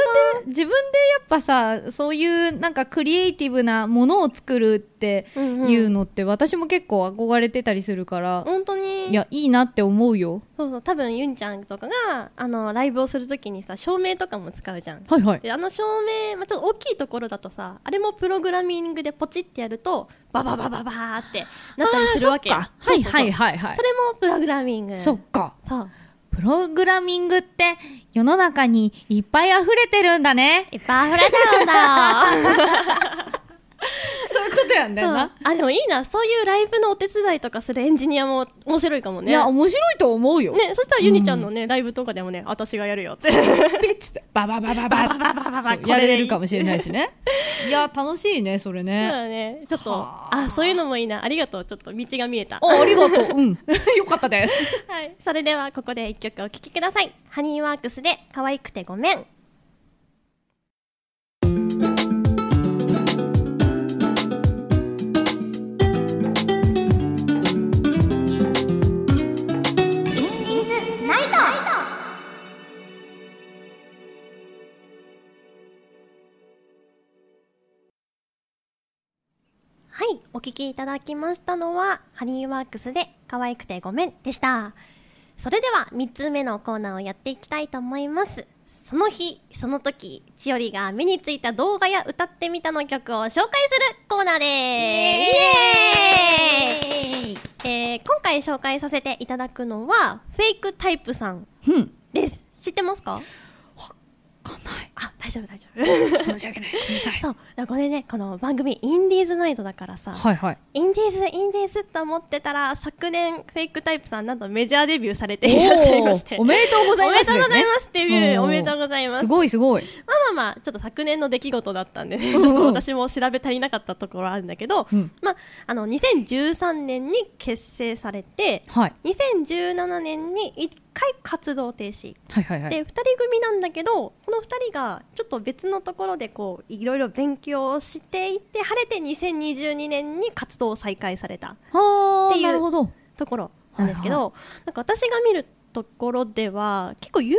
C: で自分でやっぱさそういうなんかクリエイティブなものを作るって
B: うんうん
C: いうのって、私も結構憧れてたりするから、
B: 本当に
C: いやいいなって思うよ
B: そうそう多分ユンちゃんとかがあのライブをするときにさ照明とかも使うじゃん
C: はいはい
B: であの照明、まあ、ちょっと大きいところだとさあれもプログラミングでポチってやるとバババババーってなったりするわけ
C: あーそっかはいはい
B: い
C: はいはい
B: それもプログラミング
C: そっか
B: そう
C: プログラミングって世の中にいっぱい溢れてるんだね
B: いっぱい溢れてるんだよ
C: そういうことやんだ
B: そうあでもいいなそういうライブのお手伝いとかするエンジニアも面白いかもね
C: いや面白いと思うよ、
B: ね、そしたらユニちゃんのね、ライブとかでもね私がやるよって
C: ペッつってババババババババ
B: バこれでいい
C: やれるかもしれないし ねいや楽しいねそれ
B: そう
C: ね
B: だね、ちょっと、
C: はあ
B: あ、そういうのもいいな、ありがとう、ちょっと道が見えた。
C: あありがとううん よかったです
B: はい、それでは、ここで一曲お聴きください。ハニーワークスで、可愛くてごめん。はい、お聞きいただきましたのは、ハニーワークスで可愛くてごめんでした。それでは3つ目のコーナーをやっていきたいと思います。その日、その時、ちよりが目についた動画や歌ってみたの曲を紹介するコーナーです。イエー
C: イエー
B: イ
C: イ
B: えー今回紹介させていただくのは、フェイクタイプさん
C: うん
B: です。知ってますか
C: わかんない
B: あ、大丈夫大丈夫。
C: 申し訳ないごめんなさい
B: そう、これね、この番組、インディーズナイトだからさ、
C: はいはい
B: インディーズ、インディーズと思ってたら、昨年、フェイクタイプさん、なんとメジャーデビューされて いらっしゃいまして。
C: おーおめでとうございます
B: おめでとうございますデビュー
C: ん
B: おめでとうございます
C: すごいすごい
B: まあまあまあ、ちょっと昨年の出来事だったんで、ね、ち
C: う
B: ょ
C: ん
B: っ
C: うん
B: と私も調べ足りなかったところあるんだけど、
C: うん
B: まあ、あの、2013年に結成されて、
C: はい
B: 2017年に1回活動停止。
C: はいはいはい
B: で2人組なんだけどこの2人がちょっと別のところでこういろいろ勉強をしていて晴れて2022年に活動を再開された
C: は
B: っ
C: あー
B: ていう
C: なるほど
B: ところなんですけど、
C: は
B: なんか私が見るところでは結構 YouTube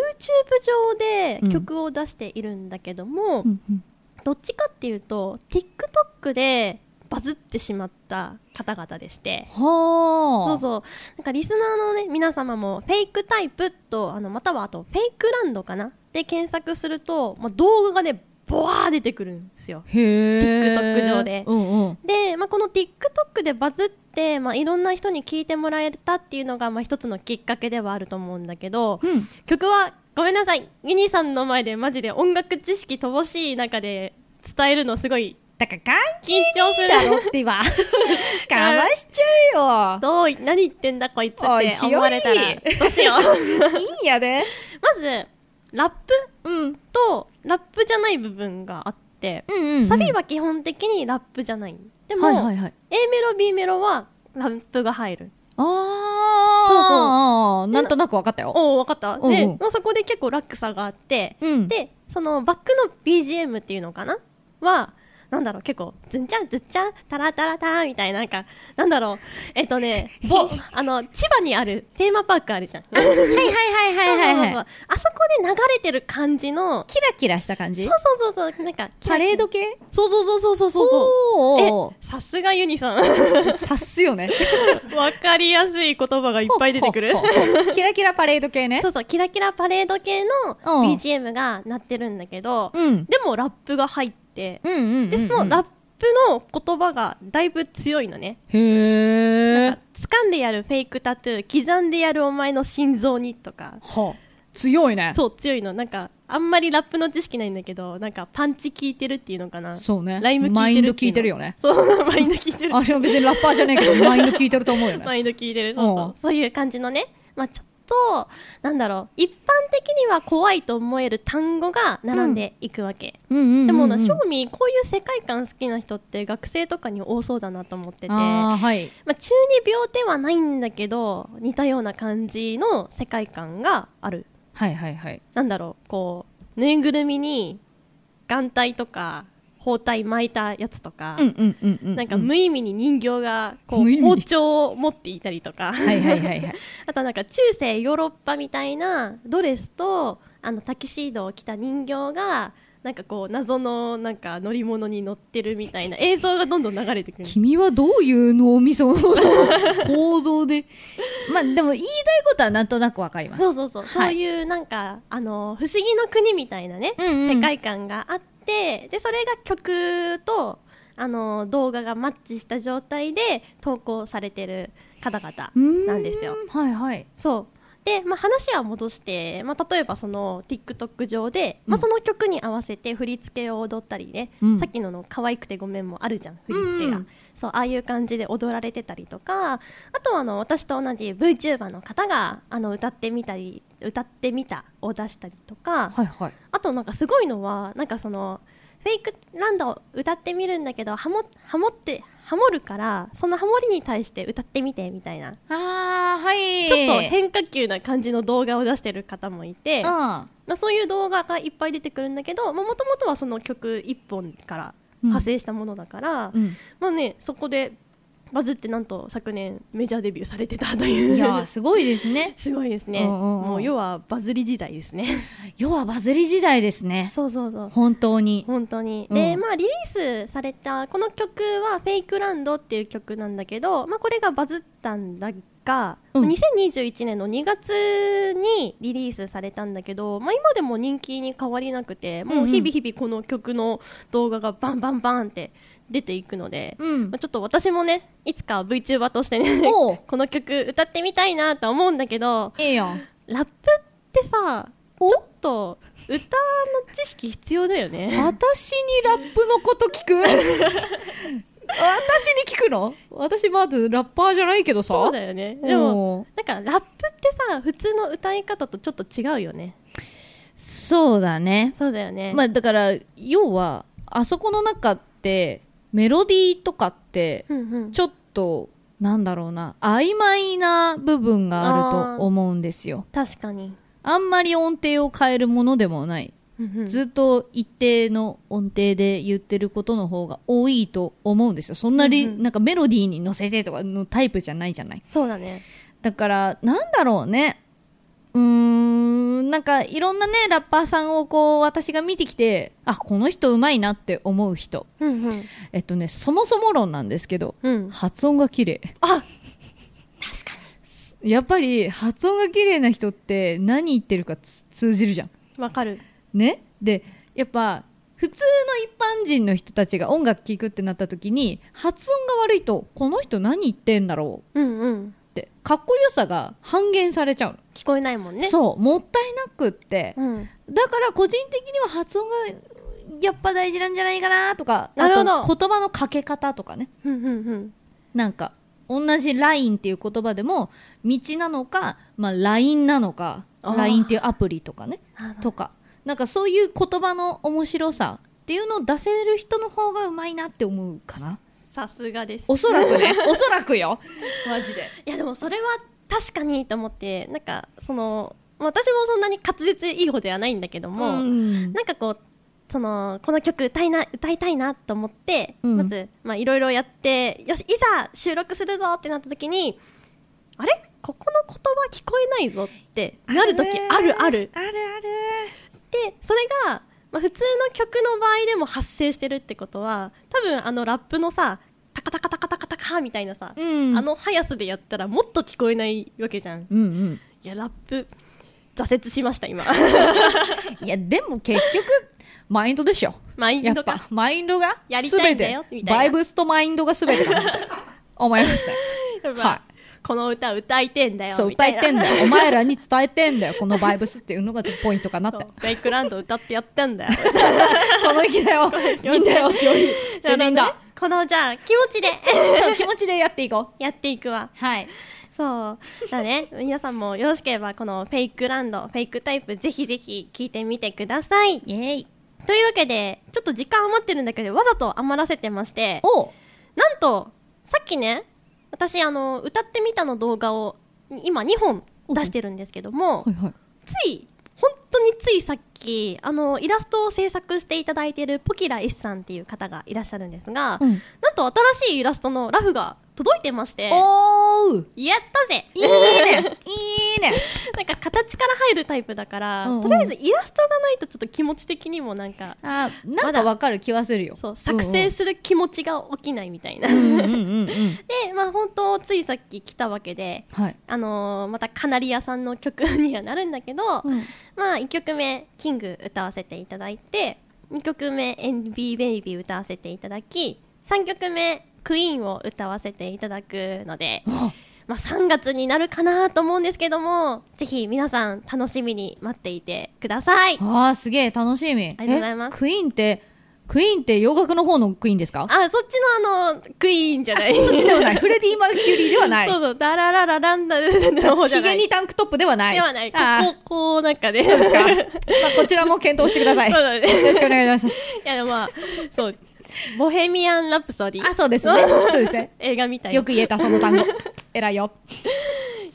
B: 上で曲を出しているんだけども、
C: うんうん
B: どっちかっていうと TikTok でバズってしまった方々でし
C: は
B: て。
C: あ
B: そうそうなんかリスナーの、ね、皆様もフェイクタイプとあのまたはあとフェイクランドかなで検索すると、まあ、動画がねボワー出てくるんですよ
C: へえ
B: TikTok 上で
C: うんうん
B: で、まあ、この TikTok でバズって、まあ、いろんな人に聞いてもらえたっていうのが、まあ、一つのきっかけではあると思うんだけど
C: うん
B: 曲はごめんなさいユニさんの前でマジで音楽知識乏しい中で伝えるのすごい
C: だから関
B: 緊張す
C: 係
B: る
C: だろって 今かましちゃうよ
B: どうい何言ってんだこいつっ
C: おい
B: て思われたら
C: 強い
B: どう しよう
C: いいんやで
B: まずラップ
C: うん
B: とラップじゃない部分があって、
C: うんうん
B: サビは基本的にラップじゃないでも、
C: はいはいはい
B: A メロ B メロはラップが入る
C: ああ
B: そうそう
C: うなんとなくわかったよ
B: おお分かった
C: おうおう
B: で、まあそこで結構落差があって、
C: うん
B: で そのバックの BGM っていうのかなはなんだろう結構ズンチャンズンチャンタラタラタラみたいななんかなんだろうえっとね ぼあの千葉にあるテーマパークあるじゃんはいはい
C: はいはいはいはいはいはい
B: あそこで流れてる感じの
C: キラキラした感
B: そう
C: じ
B: そうそうそうなんか
C: パレード系
B: そうそうそうそうそうそう
C: おー
B: えさすがユニさ ん
C: 察すよね
B: わかりやすい言葉 がいっぱい出てくる
C: キラキラパレード系ね
B: そうそうキラキラパレード系の
C: うん
B: BGM が鳴ってるんだけど、
C: うん
B: でもラップが入って、
C: うんうんうんうん
B: でそのラップの言葉がだいぶ強いのね、
C: へえ
B: なんか掴んでやるフェイクタトゥー刻んでやるお前の心臓にとか
C: は強いね
B: そう強いのなんかあんまりラップの知識ないんだけどなんかパンチ効いてるっていうのかな
C: そうね
B: ライム効
C: マ
B: い
C: イ
B: て
C: ン
B: る
C: ド
B: って
C: 聞
B: いうの
C: いてるよね
B: そう マインド効いてる
C: あでも別にラッパーじゃねえけ どマインド聞いてると思うよね
B: 毎度聞いてるそうそう
C: うん
B: そういう感じのね、まあ、ちょっとなんだろう一般的には怖いと思える単語が並んでいくわけ、
C: うんうんうんうん
B: でもな正味こういう世界観好きな人って学生とかに多そうだなと思ってて
C: あーはい
B: まあ、中二病ではないんだけど似たような感じの世界観がある
C: はいはいはい
B: なんだろうこうぬいぐるみに眼帯とか包帯巻いたやつとか、
C: うんうんうんうん
B: なんか無意味に人形がこ
C: 無意味
B: う包丁を持っていたりとか、
C: はいはいはい はい
B: あとなんか中世ヨーロッパみたいなドレスとあのタキシードを着た人形がなんかこう謎のなんか乗り物に乗ってるみたいな映像がどんどん流れ てくる。
C: 君はどういう脳みその構造でまあでも言いたいことはなんとなくわかります
B: そうそうそう、
C: はい
B: そういうなんかあの不思議の国みたいなね、
C: うんうん
B: 世界観があってでそれが曲とあの動画がマッチした状態で投稿されてる方々なんですよ
C: う。ーんはいはい
B: そうで、まあ、話は戻して、まあ、例えばその TikTok 上で、
C: うん
B: まあ、その曲に合わせて振り付けを踊ったりね、
C: うん
B: さっきのの可愛くてごめんもあるじゃん振り付けが、
C: うん
B: そうああいう感じで踊られてたりとかあとはあの私と同じ VTuber の方があの歌ってみたり歌ってみたを出したりとか、
C: はいはい
B: あとなんかすごいのはなんかそのフェイクランドを歌ってみるんだけどハモハモってハモるからそのハモりに対して歌ってみてみたいな
C: あーはい
B: ちょっと変化球な感じの動画を出してる方もいて、まあ、そういう動画がいっぱい出てくるんだけどもともとはその曲1本から
C: うん
B: 派生したものだから、
C: うん、うん
B: まあね、そこでバズってなんと昨年メジャーデビューされてたという
C: いやーすごいですね
B: すごいですね
C: うんうんうん
B: もう要はバズり時代で すね
C: 要はバズり時代ですね
B: そうそうそう
C: 本当に
B: 本当に、
C: うん
B: でまあリリースされたこの曲は「フェイクランド」っていう曲なんだけど、まあ、これがバズったんだが、
C: うん
B: 2021年の2月にリリースされたんだけど、まあ、今でも人気に変わりなくてもう日々日々この曲の動画がバンバンバンって出ていくので、
C: うん
B: まあ、ちょっと私もねいつか VTuber としてね
C: おう
B: この曲歌ってみたいなとは思うんだけど
C: ええやん
B: ラップってさちょっと歌の知識必要だよね。
C: 私にラップのこと聞 く私に聞くの私まずラッパーじゃないけどさ
B: そうだよねでも
C: おー
B: なんかラップってさ普通の歌い方とちょっと違うよね
C: そうだね
B: そうだよね、
C: まあだから要はあそこの中ってメロディーとかって
B: うんうん、
C: ちょっとなんだろうな曖昧な部分がある
B: あー
C: と思うんですよ
B: 確かに、
C: あんまり音程を変えるものでもない
B: うんうん
C: ずっと一定の音程で言ってることの方が多いと思うんですよそんなに、
B: うんうん
C: なんかメロディーに乗せてとかのタイプじゃないじゃない
B: そうだね
C: だからなんだろうねうーんなんかいろんなねラッパーさんをこう私が見てきてあこの人うまいなって思う人
B: うんうん
C: えっとねそもそも論なんですけど
B: うん
C: 発音が綺麗
B: あ確か
C: やっぱり発音が綺麗な人って何言ってるかつ通じるじゃん
B: にわかる
C: ねでやっぱ普通の一般人の人たちが音楽聴くってなった時に発音が悪いとこの人何言ってんだろう
B: うんうん
C: ってかっこよさが半減されちゃうの、
B: 聞こえないもんね
C: そうもったいなくって
B: う、ん、
C: だから個人的には発音がやっぱ大事なんじゃないかなとか
B: なるほど
C: あと言葉のかけ方とかね
B: うんうんうん
C: なんか同じラインっていう言葉でも道なのか、まあ、LINE なのか
B: あー
C: LINE っていうアプリとかね
B: あの
C: とかなんかそういう言葉の面白さっていうのを出せる人の方がうまいなって思うか な
B: さすがです
C: おそらくね おそらくよマジで
B: いやでもそれは確かにと思ってなんかその私もそんなに滑舌いい方ではないんだけども、
C: ん
B: なんかこうそのこの曲歌いな歌いたいなと思って、
C: うん
B: まずまあいろいろやってよしいざ収録するぞってなった時にあれここの言葉聞こえないぞってなる時あるある
C: ある
B: でそれが、まあ、普通の曲の場合でも発生してるってことは多分あのラップのさタカタカタカタカタカみたいなさ
C: あ、るうん
B: あの速さでやったらもっと聞こえないわけじゃんい
C: うんうん
B: やラップ挫折しました今
C: いやでも結局マインドでしょ
B: マイ
C: や
B: ン
C: っ
B: ド
C: ぱ
B: か
C: マインドが
B: やりたい
C: 全
B: んだ
C: て
B: よみたいな
C: バイブスとマインドが全てだな 思いました
B: やっぱ
C: は
B: この歌歌いてんだよ
C: そう
B: みた
C: 歌
B: い
C: え
B: な
C: てんだよお前らに伝えてんだよこのバイブスっていうのがポイントかなっ
B: そう
C: て
B: ベイクランド歌ってやったんだよ。
C: その気だ よ みんなよちおりそれん
B: なる
C: だ
B: ほどねこのじゃあ気持ちで
C: そう気持ちでやっていこ
B: やっていくわ。
C: うはい
B: そう。だね。皆さんもよろしければこのフェイクランド、フェイクタイプぜひぜひ聞いてみてください。
C: イエーイ
B: というわけで、ちょっと時間余ってるんだけど、わざと余らせてまして、
C: お
B: なんと、さっきね、私あの、歌ってみたの動画を今2本出してるんですけども、
C: いはい
B: つい本当についさっきあのイラストを制作していただいているポキラ S さんっていう方がいらっしゃるんですが、
C: うん
B: なんと新しいイラストのラフが届いてまして
C: おー
B: やったぜ
C: いい ねいいね
B: なんか形から入るタイプだから、
C: うんうん
B: とりあえずイラストがないとちょっと気持ち的にもなんか
C: あなんかわかる気はするよ
B: そう作成する気持ちが起きないみたいな、
C: うん
B: で
C: うんうんうんうん
B: まあ本当ついさっき来たわけで
C: はい
B: あのーまたカナリアさんの曲にはなるんだけど、まあ1曲目「キング」歌わせていただいて2曲目「NB ベイビー」歌わせていただき3曲目「クイーン」を歌わせていただくので、
C: あ
B: まあ、3月になるかなと思うんですけどもぜひ皆さん楽しみに待っていてください
C: あーすげえ楽しみあり
B: がとうございます
C: クイーンってクイーンって洋楽の方のクイーンですか
B: あそっちのあのクイーンじゃな い
C: そっちではないフレディ・マーキュリーではない
B: そうそうダラララランダルの方じゃ
C: ヒ
B: な
C: ゲ
B: い
C: にタンクトップではない
B: ではないこ
C: あー
B: ここうなんかね
C: です か、まあ、こちらも検討してください
B: そう
C: よ
B: だね
C: ろしくお願いします
B: いやでもまあそう「ボヘミアン・ラプソディ
C: あそうですねそうですね」
B: 映画みたい
C: よ
B: な
C: く言えたその単語 偉いよ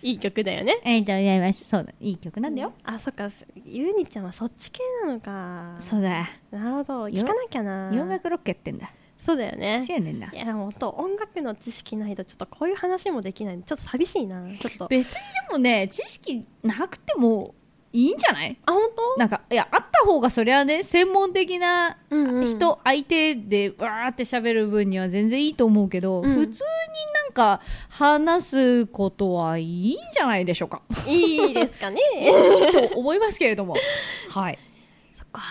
B: いい曲だよね
C: ありがとうございますそうだいい曲なんだよ、
B: あそっかゆうにちゃんはそっち系なのか
C: そうだ
B: なるほど
C: よ
B: 聞かなきゃな
C: 洋楽ロックやってんだ
B: そうだよね。
C: せやねんない
B: やもっと音楽の知識ないとちょっとこういう話もできないちょっと寂し いなちょっと
C: 別にでもね、知識なくてもいいんじゃない
B: あ本当
C: なんか、いや、あった方がそれはね、専門的な
B: うんうん
C: 人相手でわーって喋る分には全然いいと思うけど、
B: うん
C: 普通になんか話すことはいいんじゃないでしょうか。
B: いいですかね
C: いいと思いますけ れども。はい。
B: そっか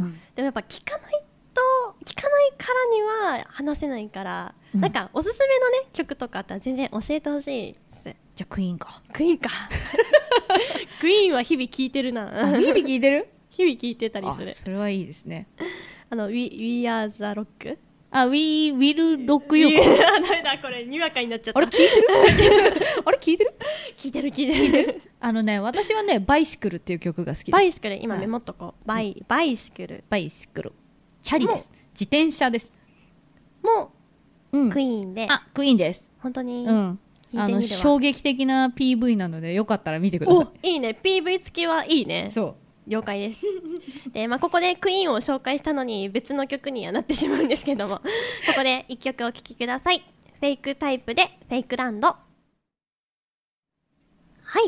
C: うん
B: でもやっぱ聞かないと聞かないからには話せないから、
C: うん
B: なんかおすすめのね曲とかあったら全然教えてほしいです
C: じゃあクイーン か。
B: クイーンかクイーンは日々聞いてるな
C: あビービー聞いてる
B: 日々聞いてたり
C: あ
B: する
C: それはいいですね。
B: あの We, We are the rock
C: あ、We Will Rock You か。
B: あダメだこれにわかになっちゃった
C: あれ聞いてるあれ聞いてる
B: 聞いてる聞いてる
C: あのね、私はね、バイシクルっていう曲が好きです。
B: バイシクル今
C: はい
B: メモっとこうバイバイシクル
C: バイシクル。チャリです。自転車です。
B: も
C: うん
B: クイーンで
C: あ、クイーンです。
B: 本当に
C: うん。
B: 聞い
C: あ
B: て
C: の、
B: みるわ
C: 衝撃的な PV なので、よかったら見てくだ
B: お
C: さ
B: いいね PV 付きはいいね
C: い。そ
B: 了解ですで、まあ、ここでクイーンを紹介したのに別の曲にはなってしまうんですけど もここで一曲お聴きくださいフェイクタイプでフェイクランドは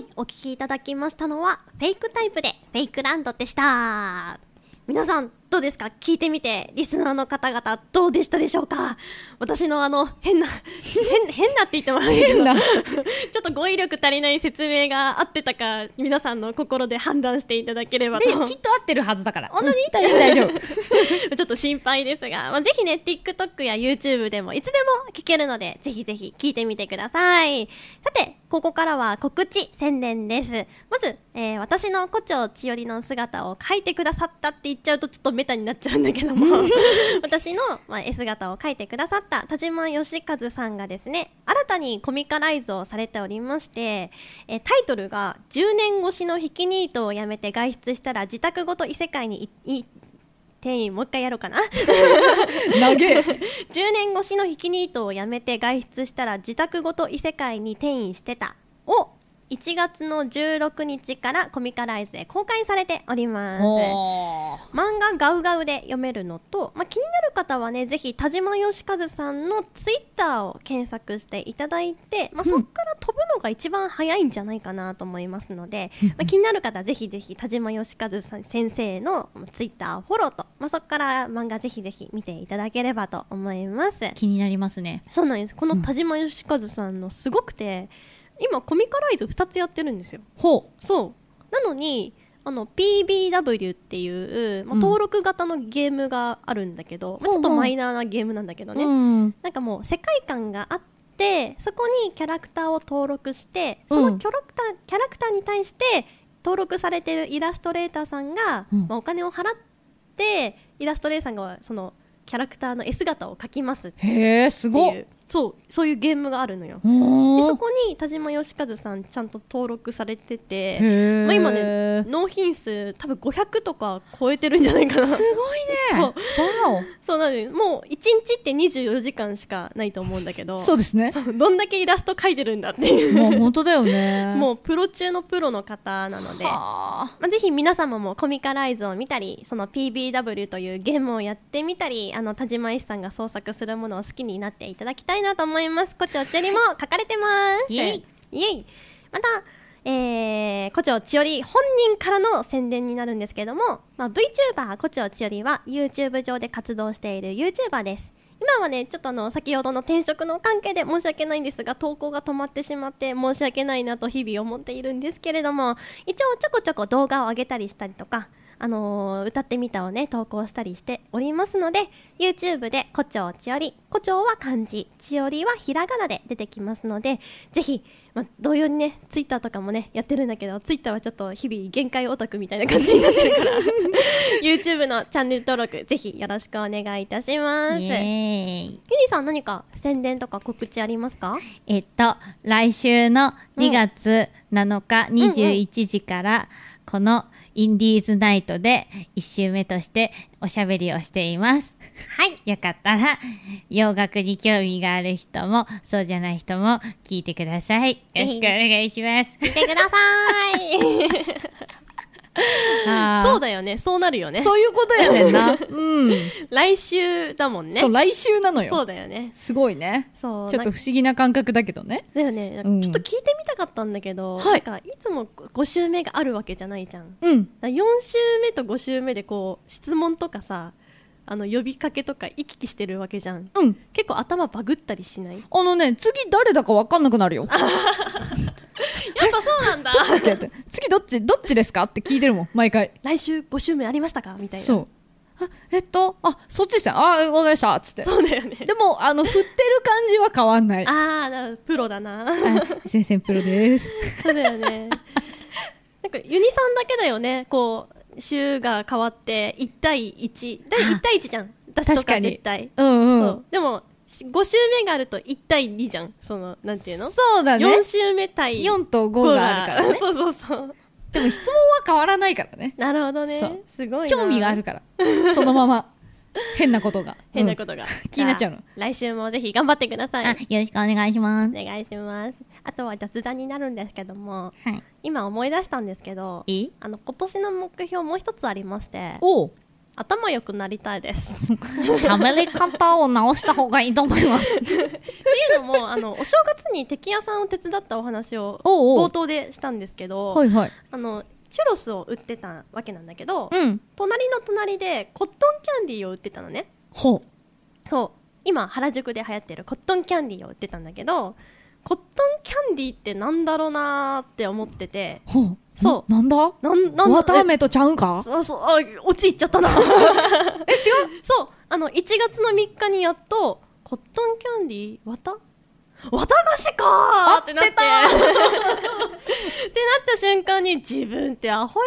B: いお聴きいただきましたのはフェイクタイプでフェイクランドでした皆さんどうですか聞いてみてリスナーの方々どうでしたでしょうか私のあの変な変変なって言ってもらうけど
C: 変な
B: ちょっと語彙力足りない説明が合ってたか皆さんの心で判断していただけれ
C: う。
B: ば
C: で
B: と、
C: きっと合ってるはずだから。
B: 本当に
C: うん大丈夫、大丈夫。
B: ちょっと心配ですが、まあ、ぜひね、TikTok や YouTube でもいつでも聞けるので、ぜひぜひ聞いてみてください。さて、ここからは告知宣伝です。まず、えー私の胡蝶千織の姿を描いてくださったって言っちゃうとちょっとメタになっちゃうんだけども、私の、まあ、絵姿を描いてくださった田島義和さんがですね、新たにコミカライズをされておりまして、えータイトルが10年越しの引きニートを辞めて外出したら自宅ごと異世界にいい店員もう一回やろうかな
C: 投げ。
B: 10年越しの引きニートを辞めて外出したら自宅ごと異世界に転移してたを1月の16日からコミカライズで公開されております
C: おー
B: 漫画ガウガウで読めるのと、まあ、気になる方はねぜひ田島義和さんのツイッターを検索していただいて、まあ、
C: うん
B: そこから飛ぶのが一番早いんじゃないかなと思いますので、
C: うん
B: まあ、気になる方はぜひぜひ田島義和さん先生のツイッターをフォローと、まあ、そこから漫画ぜひぜひ見ていただければと思います。
C: 気になりますね。
B: そうなんですこの田島義和さんのすごくて今コミカライズ2つやってるんですよ。
C: ほ
B: そうなのにあの PBW っていう、まあ、
C: うん
B: 登録型のゲームがあるんだけど、まあ、ちょっ
C: ほう
B: と
C: ほう
B: マイナーなゲームなんだけど
C: う。
B: ね、
C: うん。
B: なんかもう世界観があってそこにキャラクターを登録して
C: うん
B: そのキャラクター,、キャラクターに対して登録されてるイラストレーターさんが、
C: うん
B: まあ、お金を払ってイラストレーターさんがそのキャラクターの絵姿を描きますって
C: へえ、すご
B: い
C: っ
B: うそうそういうゲームがあるのよ。で
C: お
B: そ
C: ー
B: こに田島義和さんちゃんと登録されてて
C: へえ。
B: まあ今ね納品数多分500とか超えてるんじゃないかな
C: すごいね。
B: そう
C: わ
B: そうなんですもう1日って24時間しかないと思うんだけど
C: お。そうですね。
B: そうどんだけイラスト描いてるんだっていう
C: もう本当だよね。
B: もうプロ中のプロの方なので
C: はあ
B: まあ、ぜひ皆様もコミカライズを見たりその PBW というゲームをやってみたりあの田島一さんが創作するものを好きになっていただきたいなと思います胡蝶千織も書かれてます
C: イエイ
B: イエイまた、えー、胡蝶千織本人からの宣伝になるんですけども、まあ、VTuber 胡蝶千織は YouTube 上で活動している YouTuber です今はねちょっとあの先ほどの転職の関係で申し訳ないんですが投稿が止まってしまって申し訳ないなと日々思っているんですけれども一応ちょこちょこ動画を上げたりしたりとか、あのー歌ってみたをね投稿したりしておりますので YouTube で「胡蝶千織」「胡蝶」は漢字「千織」はひらがなで出てきますのでぜひ、まあ、同様にね Twitter とかもねやってるんだけど Twitter はちょっと日々限界オタクみたいな感じになってるから YouTube のチャンネル登録ぜひよろしくお願いいたします。
C: イエ
B: ゆ
C: ーイ。
B: りさん何か宣伝とか告知ありますか
C: えっと、来週の
B: うん
C: 2月7日21時から、このインディーズナイトで1週目としておしゃべりをしています。
B: はい
C: よかったら、洋楽に興味がある人も、そうじゃない人も聞いてください。よろしくお願いします。
B: 見てください
C: あー
B: そうだだよね。そうなるよね。
C: そういうことやねんな。 うん。
B: 来週だもんね。
C: そう、来週なの
B: そ
C: よ
B: う。だよね。
C: すごいね。
B: そう。
C: ちょっと不思議な感覚だけどね。
B: だよね、
C: うん
B: ちょっと聞いてみたかったんだけど、
C: はい
B: なんかいつも5週目があるわけじゃないじゃん。
C: うん。
B: だ4週目と5週目でこう質問とかさあの呼びかけとか行き来してるわけじゃん
C: うん。
B: 結構頭バグったりしないやっ
C: あのね、次誰だか分かんなくなる よ。
B: ぱそうなんだ
C: ってやって次どっち、どっちですかって聞いてるもん、毎回。
B: 来週5週目ありましたかみたいな
C: そう。あ、えっと、あ、そっちでした。あ、わかりました。つって。
B: そうだよね
C: でも、あの、振ってる感じは変わんない。は
B: ああだからプロだな
C: い先生プロ です。
B: そうだよねなんかユニさんだけだよねこう週が変わって1対1だい1対1じゃん私と
C: 確か
B: か
C: に
B: 絶対、
C: うんう
B: そ
C: ん
B: う。でも5週目があると1対2じゃんそのなんていうの
C: そうだね。
B: 4週目対
C: 4と
B: 五。
C: 5があるからね
B: そうそうそう
C: でも質問は変わらないからね。
B: なるほど
C: そ
B: ね
C: う。
B: すごいな。
C: 興味があるから。そのま ま。変なことが。。
B: 変なこととが。
C: 気になっちゃうの
B: じあ来週もぜひ頑張ってくださ
C: あ、
B: い。
C: よろしくお願いしま
B: お
C: す。
B: 願いします。あとは雑談になるんですけども、
C: はい。
B: 今思い出したんですけど、
C: いい
B: あの、今年の目標もう一つありまして、
C: おう。
B: 頭良くなりた いです。ってい
C: 喋り方を直した方がいいと思います。
B: うのも、あの、お正月に敵屋さんを手伝ったお話を
C: おうおう
B: 冒頭でしたんですけど、
C: はいはい。
B: あの、チュロスを売ってたわけなんだけど、
C: うん。
B: 隣の隣でコットンキャンディーを売ってたのね。
C: ほ
B: そう今原宿で流行ってるコットンキャンディーを売ってたんだけどコットンキャンディーってなんだろうなーって思ってて
C: う。ほう。
B: そ
C: なんだ
B: なんなん
C: わたあ
B: え
C: めとちゃうんか
B: そうそうあ落ちいっちゃ ったな
C: え、違う
B: そうあの1月の3日にやっとコットンキャンディー綿綿菓子かーってなってってなった瞬間に自分ってアホ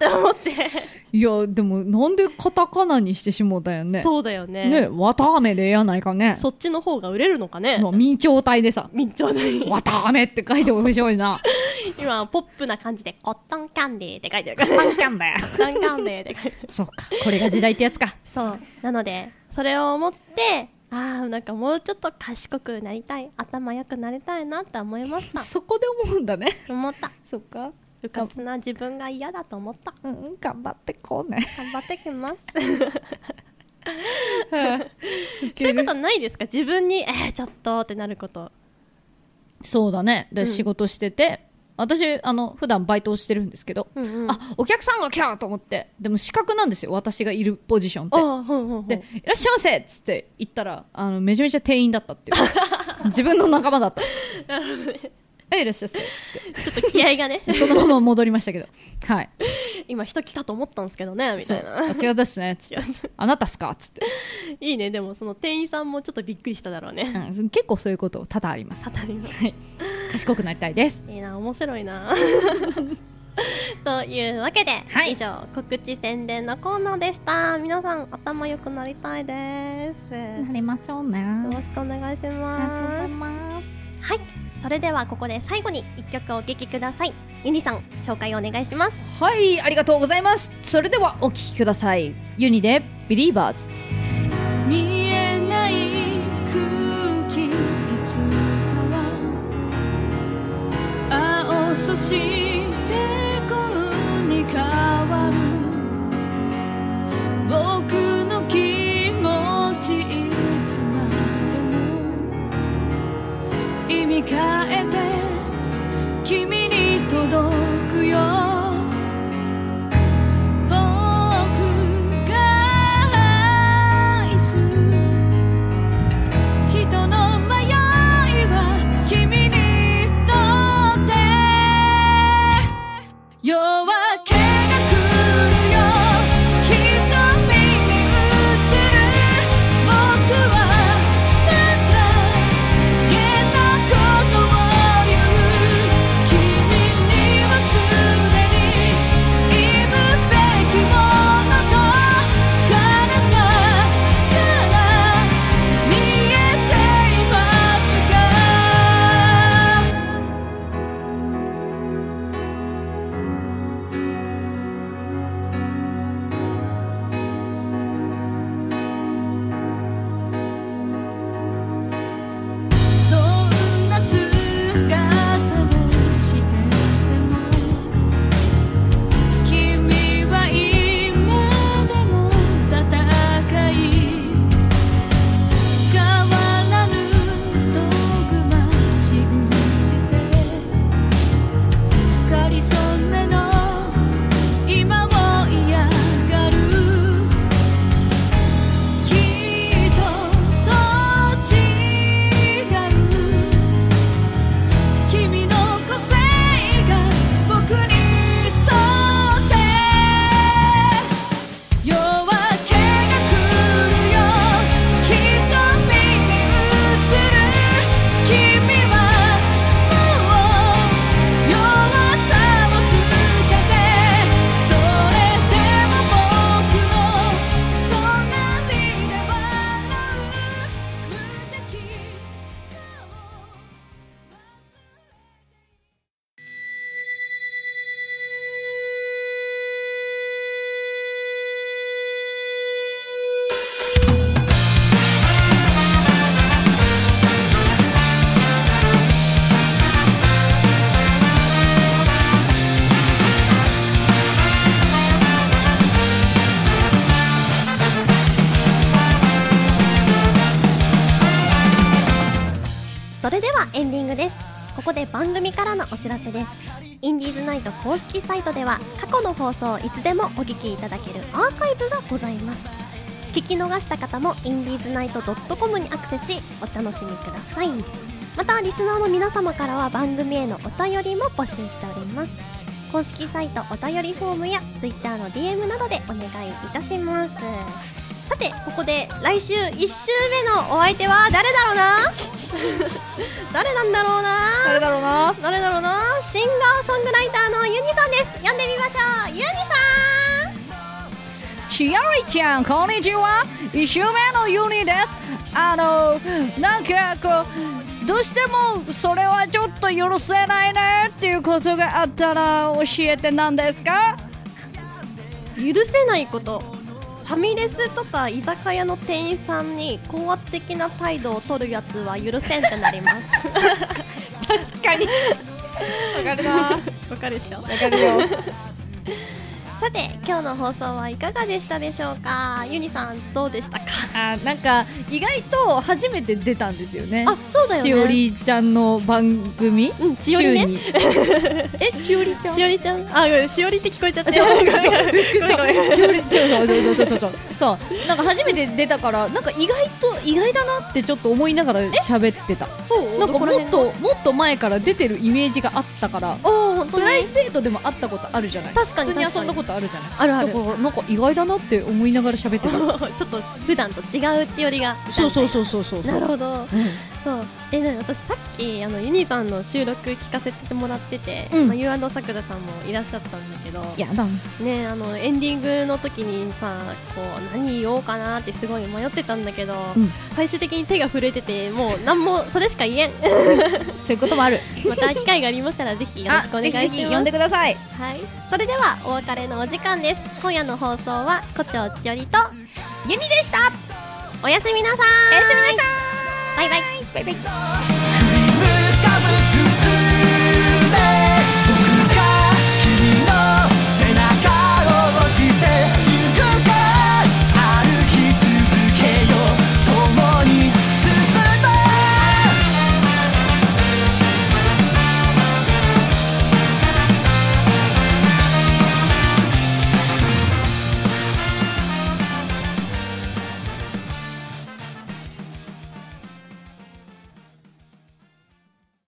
B: やなーって思って、
C: いや、でも、なんでカタカナにしてしもうたよね。
B: そうだよね
C: ね、わたあめでええやないかね。
B: そっちの方が売れるのかね
C: もう明朝体でさ、
B: 民調で
C: わたあめって書いて面白いな。
B: 今ポップな感じでコットンキャンディーって書いてるから
C: パンキャンだよ。
B: カンカンででかい
C: そうか、これが時代ってやつか。
B: そうなのでそれを思ってああなんかもうちょっと賢くなりたい頭良くなりたいなって思いました
C: そこで思うんだね。
B: 思った
C: そっか。
B: うかつな自分が嫌だと思った
C: うん、頑張ってこうね。
B: 頑張ってきますそういうことないですか自分にえー、ちょっとってなること
C: そうだね。で、
B: うん
C: 仕事してて、私、あの、普段バイトをしてるんですけど、
B: うんうん
C: あ、お客さんが来たと思って、でも資格なんですよ、私がいるポジションって
B: あ。ーほんほんほん
C: で「いらっしゃいませ」っつって行ったらあのめちゃめちゃ店員だったっていう 自分の仲間だった「えいらっしゃいませ」っつ
B: ちょっと気合がね
C: っ てそのまま戻りましたけど「はい
B: 今人来たと思ったんですけどねみ
C: そ
B: た
C: う
B: いな
C: あ違うですね」っつ って「あなたっすか?」っつって、
B: いいねでもその店員さんもちょっとびっくりしただろうね、
C: うん、結構そういうこと多々あります
B: 当たり前
C: はい賢くなりたいです
B: いいな面白い なというわけで、
C: はい
B: 以上告知宣伝のコーナーでした皆さん頭良くなりたいですよ
C: りましょうね
B: ろしくお願いし ます
C: ます
B: はいそれではここで最後に一曲お聴きくださいユニさん紹介お願いします
C: はいありがとうございますそれではお聞きくださいユニで「ビリーバーズ」
A: 見えない空気いつかは青そして恋に変わる僕の気持ちいつまでも意味変えて君に届くよ僕が愛す人の迷いは君にとって
B: エンディングですここで番組からのお知らせですインディーズナイト公式サイトでは過去の放送をいつでもお聞きいただけるアーカイブがございます聞き逃した方もインディーズナイト .com にアクセスしお楽しみくださいまたリスナーの皆様からは番組へのお便りも募集しております公式サイトお便りフォームや Twitter の DM などでお願いいたしますさてここで来週1週目のお相手は誰だろうな誰なんだろうな
C: 誰だろうな
B: 誰だろうなシンガーソングライターのユニさんです呼んでみましょうユニさん
C: しおりちゃんこんにちは一周目のユニですあのなんかこうどうしてもそれはちょっと許せないねっていうことがあったら教えてなんですか
B: 許せないことファミレスとか居酒屋の店員さんに高圧的な態度を取るやつは許せんってなります 確かに
C: わかるなわ
B: わかるでしょ
C: かるよ
B: さて今日の放送はいかがでしたでしょうかユニさんどうでしたか
C: あなんか意外と初めて出たんですよね
B: あそうだよね
C: しおりちゃんの番組、
B: うんしおり ね
C: 週にえしおりちゃん
B: しおりちゃんあうんしおりって聞こえちゃ って
C: ちょびっくりした
B: ごめんごめんごめん
C: ちょちょちょちょちょちょそうなんか初めて出たからなんか意外と意外だなってちょっと思いながら喋ってた
B: そう
C: なんか
B: どこら
C: もっ
B: 辺の
C: ともっと前から出てるイメージがあったから
B: おお本当
C: プ
B: に
C: ライベートでも会ったことあるじゃない
B: 確かに
C: 普通に遊んだ
B: 確か
C: ことあるじゃない
B: あるあ
C: だ
B: る
C: からなんか意外だなって思いながら喋ってた
B: ちょっと普段と違うしおりが
C: そうそうそうそうそう
B: なるほど
C: うん
B: そうえね私さっきあのユニさんの収録聞かせてもらってて、
C: うん
B: まあ、U& さくらさんもいらっしゃったんだけど
C: やだ
B: ねあのエンディングの時にさこう何言おうかなってすごい迷ってたんだけど、
C: うん
B: 最終的に手が震えててもう何もそれしか言 えん
C: そういうこともある
B: また機会がありましたらぜひよろしくお願いします
C: あぜひぜひ呼んでください
B: はい、それではお別れのお時間です今夜の放送は胡蝶千織と
C: ユニでした
B: おやすみなさーい
C: おやすみなさ
B: バイバイ
C: いバイバイ
A: 振り向かず